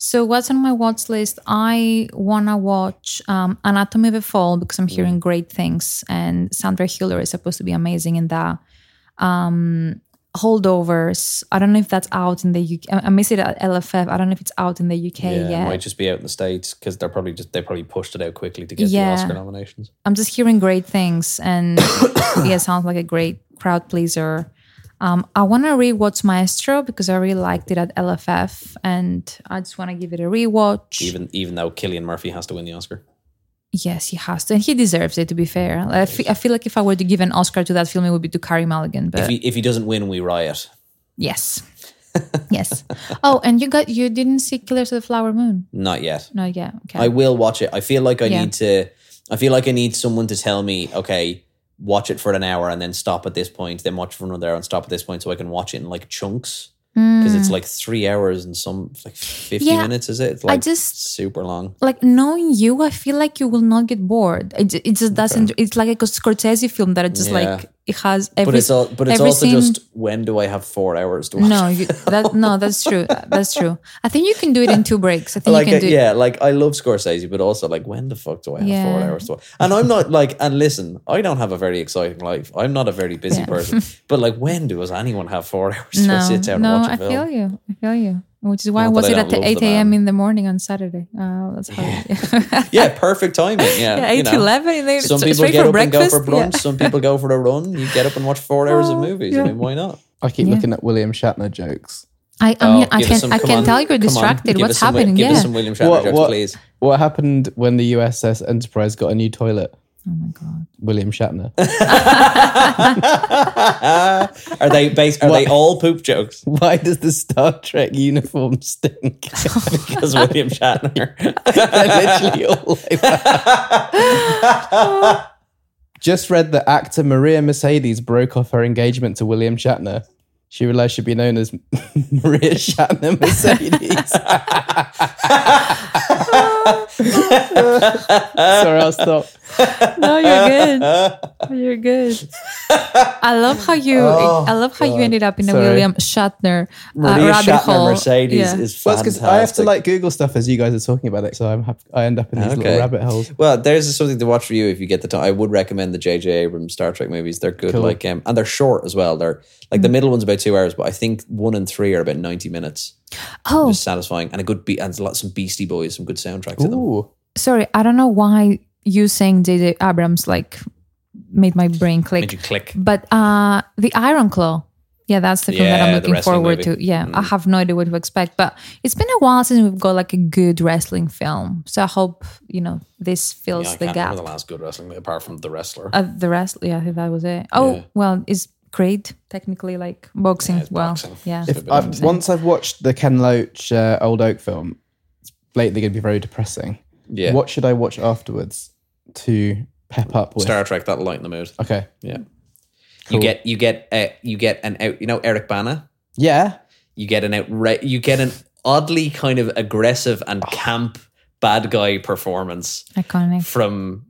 Speaker 7: So what's on my watch list? I wanna watch um, Anatomy of a Fall because I'm
Speaker 8: Mm.
Speaker 7: hearing great things, and Sandra Hüller is supposed to be amazing in that. Um, Holdovers. I don't know if that's out in the UK. I- I miss it at LFF. I don't know if it's out in the UK
Speaker 8: Yeah, it
Speaker 7: yet.
Speaker 8: might just be out in the states because they're probably just they probably pushed it out quickly to get
Speaker 7: Yeah.
Speaker 8: the Oscar nominations.
Speaker 7: I'm just hearing great things, and [COUGHS] yeah, sounds like a great crowd pleaser. Um, I want to rewatch Maestro because I really liked it at LFF, and I just want to give it a rewatch.
Speaker 8: Even even though Killian Murphy has to win the Oscar.
Speaker 7: Yes, he has to, and he deserves it. To be fair, Like, I, fe- I feel like if I were to give an Oscar to that film, it would be to Carrie Mulligan. But
Speaker 8: [LAUGHS] If he, if he doesn't win, we riot.
Speaker 7: yes, yes. Oh, and you got you didn't see Killers of the Flower Moon?
Speaker 8: Not yet.
Speaker 7: No, yeah. Okay.
Speaker 8: I will watch it. I feel like I
Speaker 7: Yeah.
Speaker 8: need to. I feel like I need someone to tell me, okay, watch it for an hour and then stop at this point, then watch it for another hour and stop at this point, so I can watch it in like chunks because it's like three hours and some like fifty
Speaker 7: Hmm. Yeah.
Speaker 8: minutes. Is it? It's
Speaker 7: I
Speaker 8: like
Speaker 7: just-
Speaker 8: super long.
Speaker 7: like knowing you, I feel like you will not get bored. It, it just doesn't. It's like a Scorsese film that it just
Speaker 8: Yeah.
Speaker 7: like it has every.
Speaker 8: But it's all. But it's
Speaker 7: every
Speaker 8: also
Speaker 7: scene-
Speaker 8: just when do I have four hours to watch?
Speaker 7: [LAUGHS] No, you, that no, that's true. That's true. I think you can do it in two breaks. I think
Speaker 8: like
Speaker 7: you can
Speaker 8: uh,
Speaker 7: do.
Speaker 8: yeah, like I love Scorsese, but also like when the fuck do I have four
Speaker 7: Yeah.
Speaker 8: hours to? Watch? And I'm not like, and listen, I don't have a very exciting life. I'm not a very busy
Speaker 7: Yeah. [LAUGHS]
Speaker 8: person. But like, when does anyone have four [LAUGHS] hours to sit
Speaker 7: No,
Speaker 8: down
Speaker 7: no,
Speaker 8: and watch a
Speaker 7: I
Speaker 8: film?
Speaker 7: feel you. I feel you. Which is why
Speaker 8: Not
Speaker 7: was
Speaker 8: that
Speaker 7: it
Speaker 8: I
Speaker 7: at
Speaker 8: don't love
Speaker 7: eight
Speaker 8: the
Speaker 7: a.m.
Speaker 8: man.
Speaker 7: in the morning on Saturday? Oh, that's how.
Speaker 8: [LAUGHS] Yeah, perfect timing. Yeah,
Speaker 7: [LAUGHS] Yeah, [LAUGHS] eight
Speaker 8: you
Speaker 7: to
Speaker 8: know.
Speaker 7: eleven. and then
Speaker 8: Some
Speaker 7: s-
Speaker 8: people
Speaker 7: straight
Speaker 8: get
Speaker 7: for
Speaker 8: up
Speaker 7: breakfast.
Speaker 8: and go for
Speaker 7: Yeah.
Speaker 8: brunch.
Speaker 7: Oh,
Speaker 8: Some people go for a run. You get up and watch four hours of movies. I mean, why not? Oh,
Speaker 9: I keep
Speaker 7: Yeah.
Speaker 9: looking at William Shatner jokes.
Speaker 7: I, I mean, I
Speaker 8: give us
Speaker 7: can
Speaker 8: some-
Speaker 7: I
Speaker 8: come
Speaker 7: can
Speaker 8: on,
Speaker 7: tell you're
Speaker 8: come on,
Speaker 7: distracted.
Speaker 8: give
Speaker 7: What's
Speaker 8: us some Wi-
Speaker 7: happening?
Speaker 8: Give us
Speaker 7: yeah.
Speaker 8: some William Shatner
Speaker 9: What-
Speaker 8: jokes,
Speaker 9: what-
Speaker 8: please.
Speaker 9: What happened when the USS Enterprise got a new toilet?
Speaker 7: oh my god.
Speaker 9: William Shatner. [LAUGHS]
Speaker 8: Are they based? Are they all poop jokes? [LAUGHS]
Speaker 9: Why does the Star Trek uniform stink?
Speaker 7: [LAUGHS]
Speaker 8: Because William Shatner.
Speaker 9: literally all like that. [LAUGHS] Just read that actor Maria Mercedes broke off her engagement to William Shatner. She realized she'd be known as [LAUGHS] Maria Shatner Mercedes. [LAUGHS] Sorry, I'll stop.
Speaker 7: [LAUGHS] No, Oh, you're
Speaker 8: [LAUGHS]
Speaker 7: good. You're good. I love how you. I love how you ended up in a
Speaker 9: Sorry.
Speaker 7: William Shatner uh,
Speaker 8: Oh, Maria
Speaker 7: rabbit
Speaker 8: Shatner
Speaker 7: hole.
Speaker 8: Mercedes
Speaker 7: Yeah.
Speaker 8: is fantastic.
Speaker 9: Well, because I have to like Google stuff as you guys are talking about it, so I'm hap- I end up in these
Speaker 8: Okay.
Speaker 9: little rabbit holes.
Speaker 8: Well, there's something to watch for you if you get the time. I would recommend the J.J. Abrams Star Trek movies. They're good, like um, and they're short as well. They're like
Speaker 7: Mm.
Speaker 8: the middle one's about two hours, but I think one and three are about ninety minutes.
Speaker 7: Oh,
Speaker 8: Just satisfying and a good beat and a lot some Beastie Boys, some good soundtracks in them.
Speaker 9: Ooh,
Speaker 7: sorry. I don't know why you saying J.J. Abrams like made my brain
Speaker 8: Made
Speaker 7: click.
Speaker 8: you click.
Speaker 7: But uh the Iron Claw. Yeah, that's the film that
Speaker 8: Yeah,
Speaker 7: I'm
Speaker 8: the
Speaker 7: looking
Speaker 8: wrestling
Speaker 7: forward
Speaker 8: movie. Mm.
Speaker 7: to. Yeah, I have no idea what to expect, but it's been a while since we've got like a good wrestling film. So I hope you know this fills
Speaker 8: Yeah, I
Speaker 7: the
Speaker 8: can't
Speaker 7: gap.
Speaker 8: remember the last good wrestling movie, apart from The Wrestler.
Speaker 7: Uh, the rest, yeah, I think that was it. Oh,
Speaker 8: Yeah.
Speaker 7: well, it's great technically, like boxing.
Speaker 8: Yeah, it's
Speaker 7: well,
Speaker 8: boxing.
Speaker 7: yeah,
Speaker 8: If-
Speaker 9: I've- once I've watched the Ken Loach uh, Old Oak film, it's lately going to be very depressing.
Speaker 8: yeah,
Speaker 9: What should I watch afterwards to pep up with?
Speaker 8: Star Trek that light in the mood.
Speaker 9: Okay.
Speaker 8: Yeah, you
Speaker 9: Cool.
Speaker 8: get you get uh, you get an out. You know Eric Bana.
Speaker 9: Yeah.
Speaker 8: you get an outright you get an oddly kind of aggressive and camp bad guy performance
Speaker 7: iconic.
Speaker 8: from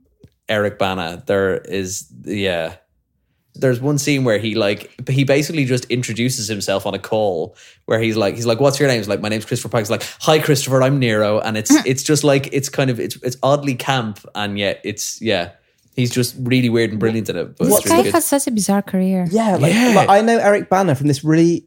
Speaker 8: Eric Bana. There is yeah. There's one scene where he like he basically just introduces himself on a call where he's like he's like what's your name? He's like my name's Christopher Pike. He's like hi Christopher, I'm Nero, and it's it's just like it's kind of it's it's oddly camp and yet it's yeah he's just really weird and brilliant at it. But
Speaker 7: This
Speaker 8: it's
Speaker 7: guy
Speaker 8: really good.
Speaker 7: has such a bizarre career.
Speaker 9: Yeah, like,
Speaker 8: Yeah.
Speaker 9: like, I know Eric Banner from this really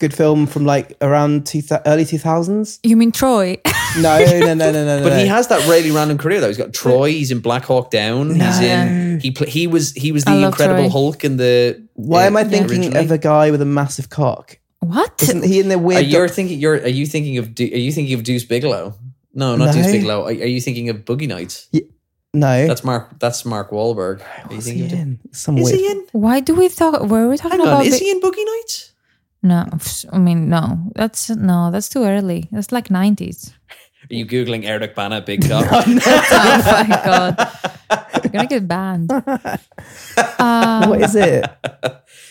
Speaker 9: good film from like around two thou- early two thousands.
Speaker 7: You mean Troy? [LAUGHS]
Speaker 9: No, no, no, no, no,
Speaker 8: [LAUGHS]
Speaker 9: no.
Speaker 8: But he has that really random career though. He's got Troy. He's in Black Hawk Down. He's in. He pl- he was he was
Speaker 7: I
Speaker 8: the
Speaker 7: love
Speaker 8: Incredible
Speaker 7: Troy.
Speaker 8: Hulk in the.
Speaker 9: Why am I thinking
Speaker 8: originally.
Speaker 9: of a guy with a massive cock?
Speaker 7: what?
Speaker 9: Isn't he in the
Speaker 8: Are
Speaker 9: weird?
Speaker 8: you thinking? You're are you thinking of? Du- Are you thinking of Deuce Bigelow? No, not
Speaker 9: No.
Speaker 8: Deuce Bigelow. Are, are you thinking of Boogie Nights?
Speaker 9: no,
Speaker 8: That's Mark. That's Mark Wahlberg. Are you
Speaker 9: What's
Speaker 8: thinking
Speaker 9: he
Speaker 8: of Du-
Speaker 9: in? Some
Speaker 8: Is
Speaker 9: weird.
Speaker 8: he in?
Speaker 7: Why do we talk? Were we talking
Speaker 8: Hang
Speaker 7: about?
Speaker 8: on. Is
Speaker 7: the-
Speaker 8: he in Boogie Nights?
Speaker 7: no, I mean no. That's no. That's too early. That's like nineties. [LAUGHS]
Speaker 8: Are you googling Eric Bana
Speaker 9: [LAUGHS]
Speaker 8: Big Cock?
Speaker 7: oh my god, you're gonna get banned.
Speaker 9: [LAUGHS]
Speaker 7: Uh,
Speaker 9: What is it?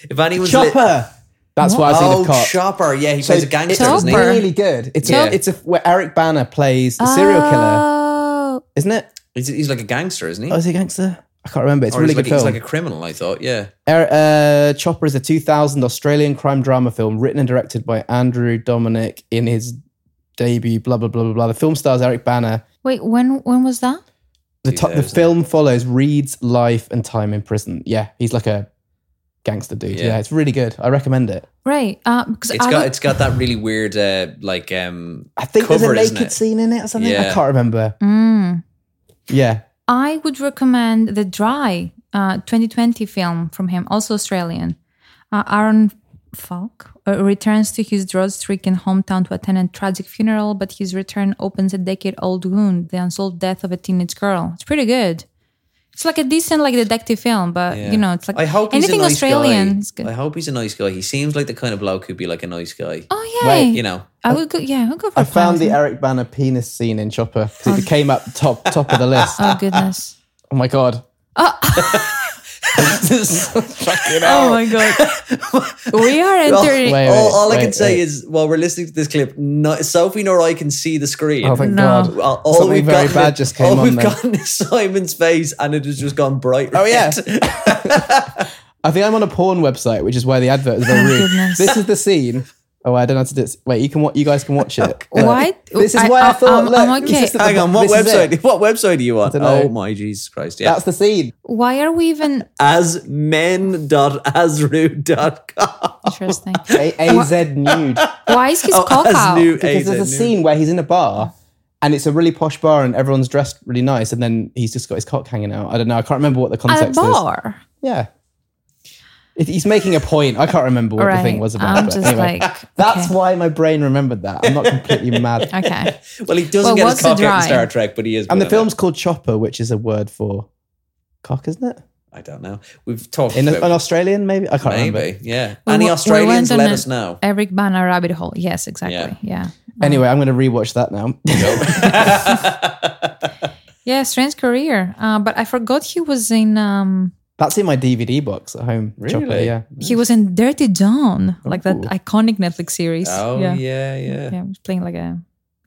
Speaker 8: if anyone's li-
Speaker 9: Chopper. That's why I was thinking
Speaker 8: oh
Speaker 9: of cock.
Speaker 8: Chopper, yeah, he
Speaker 9: So
Speaker 8: plays a gangster,
Speaker 7: Chopper.
Speaker 9: It's
Speaker 8: isn't he?
Speaker 9: really good. It's
Speaker 8: Yeah. Ah.
Speaker 9: it's a, where Eric Banner plays a serial killer,
Speaker 7: Oh,
Speaker 9: isn't it?
Speaker 8: He's, he's like a gangster, isn't he?
Speaker 9: Oh, is he a gangster? I can't remember. It's a
Speaker 8: or
Speaker 9: really
Speaker 8: he's, like,
Speaker 9: good
Speaker 8: he's
Speaker 9: film.
Speaker 8: like a criminal. I thought, yeah.
Speaker 9: Er- uh, Chopper is a 2000 Australian crime drama film written and directed by Andrew Dominic in his debut. Blah blah blah blah blah. The film stars Eric Banner.
Speaker 7: wait. When when was that?
Speaker 9: The top, the
Speaker 8: 2000.
Speaker 9: film follows Reed's life and time in prison. Yeah, he's like a gangster dude.
Speaker 8: Yeah.
Speaker 9: Yeah, it's really good. I recommend it.
Speaker 7: Right. Uh, because
Speaker 8: It's
Speaker 7: I
Speaker 8: got
Speaker 7: don't-
Speaker 8: it's got that really weird uh, like um
Speaker 9: I think
Speaker 8: cover,
Speaker 9: there's a
Speaker 8: isn't
Speaker 9: naked
Speaker 8: it?
Speaker 9: scene in it or something.
Speaker 8: Yeah.
Speaker 9: I can't remember.
Speaker 7: Mm.
Speaker 9: Yeah,
Speaker 7: I would recommend the Dry uh, 2020 film from him, also Australian. Uh, Aaron Falk uh, returns to his drought-stricken hometown to attend a tragic funeral, but his return opens a decade-old wound, the unsolved death of a teenage girl. It's pretty good. It's like a decent like detective film, but
Speaker 8: Yeah.
Speaker 7: you know, it's like
Speaker 8: I hope he's
Speaker 7: anything
Speaker 8: a nice
Speaker 7: Australian
Speaker 8: guy.
Speaker 7: is good.
Speaker 8: I hope he's a nice guy. He seems like the kind of bloke who'd be like a nice guy.
Speaker 7: oh yeah,
Speaker 9: Wait,
Speaker 7: [LAUGHS]
Speaker 8: You know,
Speaker 7: I would go. Yeah, I would go for.
Speaker 9: I found the
Speaker 7: Thousand.
Speaker 9: Eric Banner penis scene in Chopper 'cause it came up top top of the list. [LAUGHS]
Speaker 7: Oh goodness.
Speaker 9: Oh my god!
Speaker 7: Oh my god.
Speaker 8: [LAUGHS]
Speaker 7: we
Speaker 9: [LAUGHS]
Speaker 7: are entering.
Speaker 9: Wait,
Speaker 8: all, all I
Speaker 9: wait,
Speaker 8: can say
Speaker 9: wait.
Speaker 8: is while we're listening to this clip, no, Sophie nor I can see the screen.
Speaker 9: Oh thank
Speaker 7: No.
Speaker 9: god!
Speaker 8: Well, all
Speaker 9: Something
Speaker 8: we've
Speaker 9: very
Speaker 8: gotten-
Speaker 9: bad just came
Speaker 8: all
Speaker 9: on
Speaker 8: we've
Speaker 9: then.
Speaker 8: gotten is Simon's face, and it has just gone bright.
Speaker 9: Oh, yeah.
Speaker 8: red. [LAUGHS]
Speaker 9: I think I'm on a porn website, which is why the advert is very rude.
Speaker 7: Oh, goodness.
Speaker 9: This is the scene. Oh, I don't know how to do this. Wait, you can wa- you guys can watch it. Look.
Speaker 7: [LAUGHS] Why?
Speaker 9: This is
Speaker 7: I-
Speaker 9: why I,
Speaker 7: I-
Speaker 9: thought.
Speaker 7: I'm-
Speaker 9: look,
Speaker 7: I'm
Speaker 9: this
Speaker 7: okay.
Speaker 9: is the-
Speaker 8: Hang on, what
Speaker 9: this is it.
Speaker 8: website? What website are you on?
Speaker 9: know.
Speaker 8: Oh my Jesus Christ! Yeah,
Speaker 9: That's the scene.
Speaker 7: Why are we
Speaker 9: [LAUGHS]
Speaker 7: even
Speaker 8: as men.asru.com.
Speaker 9: Oh.
Speaker 7: interesting?
Speaker 9: A- AZ
Speaker 8: [LAUGHS]
Speaker 9: nude.
Speaker 7: Why is his
Speaker 8: Oh,
Speaker 7: cock
Speaker 8: as
Speaker 7: out?
Speaker 8: new
Speaker 9: Because there's a
Speaker 8: AZ, new-
Speaker 9: scene where he's in a bar and it's a really posh bar and everyone's dressed really nice and then he's just got his cock hanging out. I don't know. I can't remember what the
Speaker 7: At a
Speaker 9: context is.
Speaker 7: bar.
Speaker 9: Yeah. It, he's making a point. I can't remember what the
Speaker 7: Right.
Speaker 9: thing was about.
Speaker 7: I'm
Speaker 9: but
Speaker 7: just
Speaker 9: anyway,
Speaker 7: like,
Speaker 9: that's
Speaker 7: okay.
Speaker 9: why my brain remembered that. I'm not completely
Speaker 7: [LAUGHS]
Speaker 9: mad.
Speaker 7: Okay.
Speaker 8: [LAUGHS] Well, he doesn't
Speaker 7: Well,
Speaker 8: get his
Speaker 7: what's the
Speaker 8: cock out in
Speaker 7: drawing?
Speaker 8: Star Trek, but he is.
Speaker 9: And the
Speaker 8: good at
Speaker 9: film's called Chopper, which is a word for cock, isn't it?
Speaker 8: it. I don't know. We've talked
Speaker 9: In a, an
Speaker 8: about
Speaker 9: Australian, maybe? I can't remember.
Speaker 8: maybe. Yeah.
Speaker 7: We
Speaker 8: Any
Speaker 7: wa- we
Speaker 8: Australians,
Speaker 7: went on
Speaker 8: let
Speaker 7: a-
Speaker 8: us know.
Speaker 7: Eric Bana rabbit hole. Yes, exactly. Yeah.
Speaker 9: Anyway, I'm going to rewatch that now.
Speaker 7: Yeah, strange career. Uh, but I forgot he was in um
Speaker 9: [LAUGHS] that's in my DVD box at home. Chopper,
Speaker 8: Really?
Speaker 9: yeah.
Speaker 7: he was in Dirty John, like that
Speaker 9: Ooh.
Speaker 7: iconic Netflix series.
Speaker 8: Oh yeah, yeah.
Speaker 7: Yeah, he was playing like a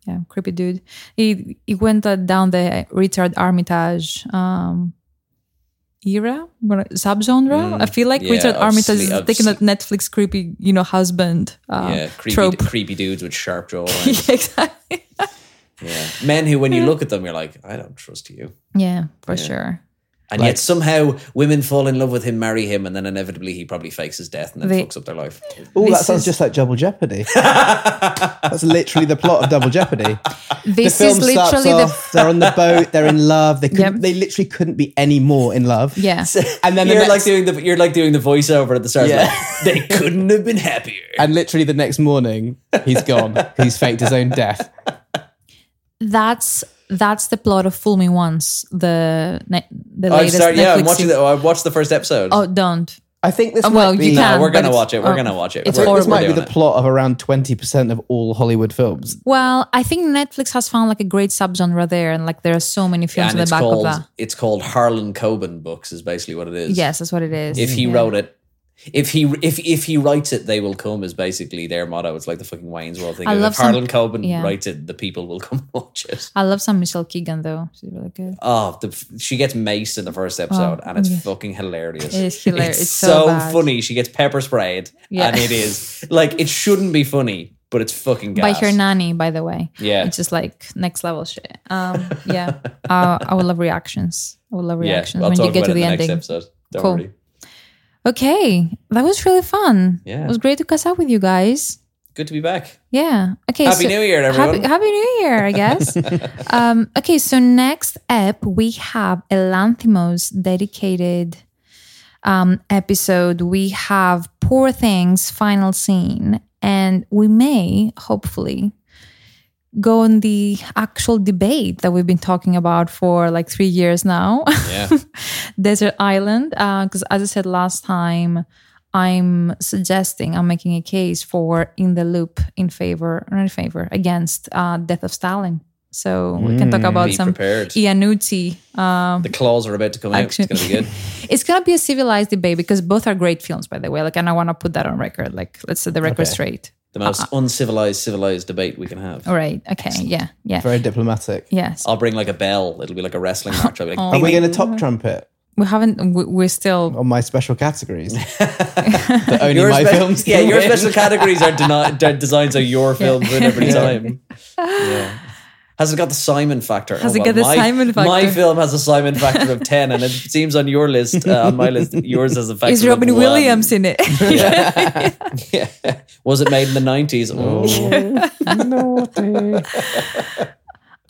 Speaker 7: yeah, creepy dude. He he went uh, down the Richard Armitage um era what- subgenre.
Speaker 8: Mm,
Speaker 7: I feel like
Speaker 8: yeah,
Speaker 7: Richard
Speaker 8: I've
Speaker 7: Armitage
Speaker 8: seen-
Speaker 7: is
Speaker 8: I've
Speaker 7: taking that Netflix creepy, you know, husband uh,
Speaker 8: Yeah, creepy,
Speaker 7: trope.
Speaker 8: creepy dudes with
Speaker 7: [LAUGHS]
Speaker 8: sharp jawlines.
Speaker 7: yeah, exactly.
Speaker 8: yeah, men who, when you look at them, you're like, I don't trust you.
Speaker 7: Yeah, for sure.
Speaker 8: And
Speaker 9: Like-
Speaker 8: yet somehow women fall in love with him, marry him, and then inevitably he probably fakes his death and then
Speaker 7: They-
Speaker 8: fucks up their life.
Speaker 9: Oh, that
Speaker 7: This
Speaker 9: sounds
Speaker 7: is-
Speaker 9: just like Double
Speaker 8: [LAUGHS]
Speaker 9: Jeopardy. That's literally the plot of Double Jeopardy.
Speaker 7: [LAUGHS] This is literally the
Speaker 9: off, they're on the boat, they're in love. They couldn't,
Speaker 7: Yep.
Speaker 9: they literally couldn't be any more in love.
Speaker 7: yeah.
Speaker 9: [LAUGHS] And then the
Speaker 8: you're
Speaker 9: next,
Speaker 8: like doing the you're like doing the voiceover at the start.
Speaker 9: Yeah.
Speaker 8: like, they couldn't have been happier.
Speaker 9: [LAUGHS] and literally the next morning, he's gone.
Speaker 8: [LAUGHS]
Speaker 9: he's faked his own death.
Speaker 7: that's that's the plot of Fool Me Once, the ne- the
Speaker 8: I'm
Speaker 7: latest
Speaker 8: Oh, sorry.
Speaker 7: Netflix.
Speaker 8: Yeah, I'm watching.
Speaker 7: series.
Speaker 8: The, I watched the first episode.
Speaker 7: Oh, don't.
Speaker 9: I think this
Speaker 7: Oh,
Speaker 9: might
Speaker 7: well,
Speaker 9: be,
Speaker 7: you
Speaker 8: no,
Speaker 7: can.
Speaker 8: we're
Speaker 7: but
Speaker 8: gonna
Speaker 7: it's-
Speaker 8: watch it. We're
Speaker 7: oh,
Speaker 8: gonna watch it.
Speaker 7: it's
Speaker 8: We're-
Speaker 7: horrible.
Speaker 9: this might be
Speaker 8: doing
Speaker 9: the
Speaker 8: it.
Speaker 9: plot of around 20% of all Hollywood films.
Speaker 7: Well, I think Netflix has found like a great subgenre there, and like there are so many films
Speaker 8: and
Speaker 7: in the
Speaker 8: it's
Speaker 7: back
Speaker 8: called
Speaker 7: of that.
Speaker 8: it's called Harlan Coben books is basically what it is.
Speaker 7: Yes, that's what it is.
Speaker 8: if he
Speaker 7: Yeah.
Speaker 8: wrote it, if he if if he writes it, they will come is basically their motto. It's like the fucking Wayne's World thing.
Speaker 7: I
Speaker 8: if
Speaker 7: love some-
Speaker 8: Harlan Coben
Speaker 7: yeah.
Speaker 8: writes it, the people will [LAUGHS] come watch it.
Speaker 7: I love some Michelle Keegan though. She's really good.
Speaker 8: Oh, the, she gets maced in the first episode, and it's fucking hilarious.
Speaker 7: It is hilarious. It's so
Speaker 8: so
Speaker 7: bad.
Speaker 8: funny. She gets pepper sprayed,
Speaker 7: Yeah.
Speaker 8: and it is like it shouldn't be funny, but it's fucking
Speaker 7: By
Speaker 8: gas.
Speaker 7: her nanny, by the way.
Speaker 8: Yeah.
Speaker 7: It's just like next level shit. Um, yeah. [LAUGHS] uh, I would love reactions. I would love
Speaker 8: yeah,
Speaker 7: reactions
Speaker 8: I'll
Speaker 7: when
Speaker 8: talk
Speaker 7: you get
Speaker 8: about
Speaker 7: to
Speaker 8: it
Speaker 7: the,
Speaker 8: in the
Speaker 7: ending.
Speaker 8: next episode. Don't
Speaker 7: Cool.
Speaker 8: worry.
Speaker 7: Okay. That was really fun.
Speaker 8: Yeah.
Speaker 7: It was great to catch up with you guys.
Speaker 8: Good to be back.
Speaker 7: Yeah. Okay.
Speaker 8: Happy
Speaker 7: so-
Speaker 8: New Year, everyone.
Speaker 7: Happy, Happy New Year, I
Speaker 8: [LAUGHS]
Speaker 7: guess. um, okay, so next up we have Elanthimos dedicated um, episode. We have Poor Things final scene, and we may hopefully go on the actual debate that we've been talking about for like three years now.
Speaker 8: Yeah.
Speaker 7: [LAUGHS] Desert Island, because as I said last time, I'm suggesting I'm making a case for in the loop in favor or in favor against uh, death of Stalin. So we can talk about
Speaker 8: Mm. Be
Speaker 7: some e-
Speaker 8: prepared.
Speaker 7: Iannucci. Um,
Speaker 8: The claws are about to come
Speaker 7: Action.
Speaker 8: out. It's going to be
Speaker 7: it's gonna be a civilized debate because both are great films, by the way. Like, and I want to put that on record. Like, let's set the record straight.
Speaker 8: the
Speaker 7: [LAUGHS]
Speaker 8: most uncivilized, civilized debate we can have.
Speaker 7: All right. Okay. Yeah. Yeah.
Speaker 9: Very diplomatic.
Speaker 7: Yes.
Speaker 8: I'll bring like a bell. It'll be like
Speaker 7: [LAUGHS]
Speaker 8: a wrestling match. I'll be
Speaker 7: Oh.
Speaker 8: like,
Speaker 9: Are we going to top trump it
Speaker 7: We haven't. We, we're still.
Speaker 9: on my special categories? that only
Speaker 8: Your
Speaker 9: my
Speaker 8: spe-
Speaker 9: films.
Speaker 8: yeah,
Speaker 9: can
Speaker 8: [LAUGHS] your
Speaker 9: win.
Speaker 8: special categories are, deni- are designed so your films win every time. Yeah. Has it got the Simon factor? Oh,
Speaker 7: Has it got the
Speaker 8: my,
Speaker 7: Simon factor?
Speaker 8: My film has a Simon factor of 10, and it seems on your list, uh, on my list, yours has a factor
Speaker 7: Is
Speaker 8: of
Speaker 7: Robin
Speaker 8: one.
Speaker 7: Williams in it?
Speaker 8: Yeah. Was it made in the
Speaker 7: [LAUGHS]
Speaker 8: 90s? Oh.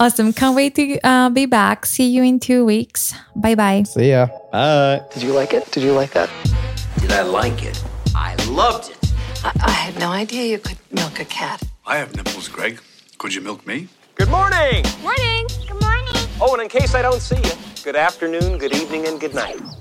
Speaker 7: awesome. Can't wait to uh, be back. See you in two weeks. Bye bye.
Speaker 9: See ya.
Speaker 8: Bye.
Speaker 3: Did you like it? Did you like that?
Speaker 6: Did I like it? I loved it.
Speaker 10: I, I had no idea you could milk a cat.
Speaker 11: I have nipples, Greg. Could you milk me?
Speaker 6: Good morning.
Speaker 2: Morning. Good morning.
Speaker 6: Oh, and in case I don't see you,
Speaker 1: Good afternoon, good evening, and good night.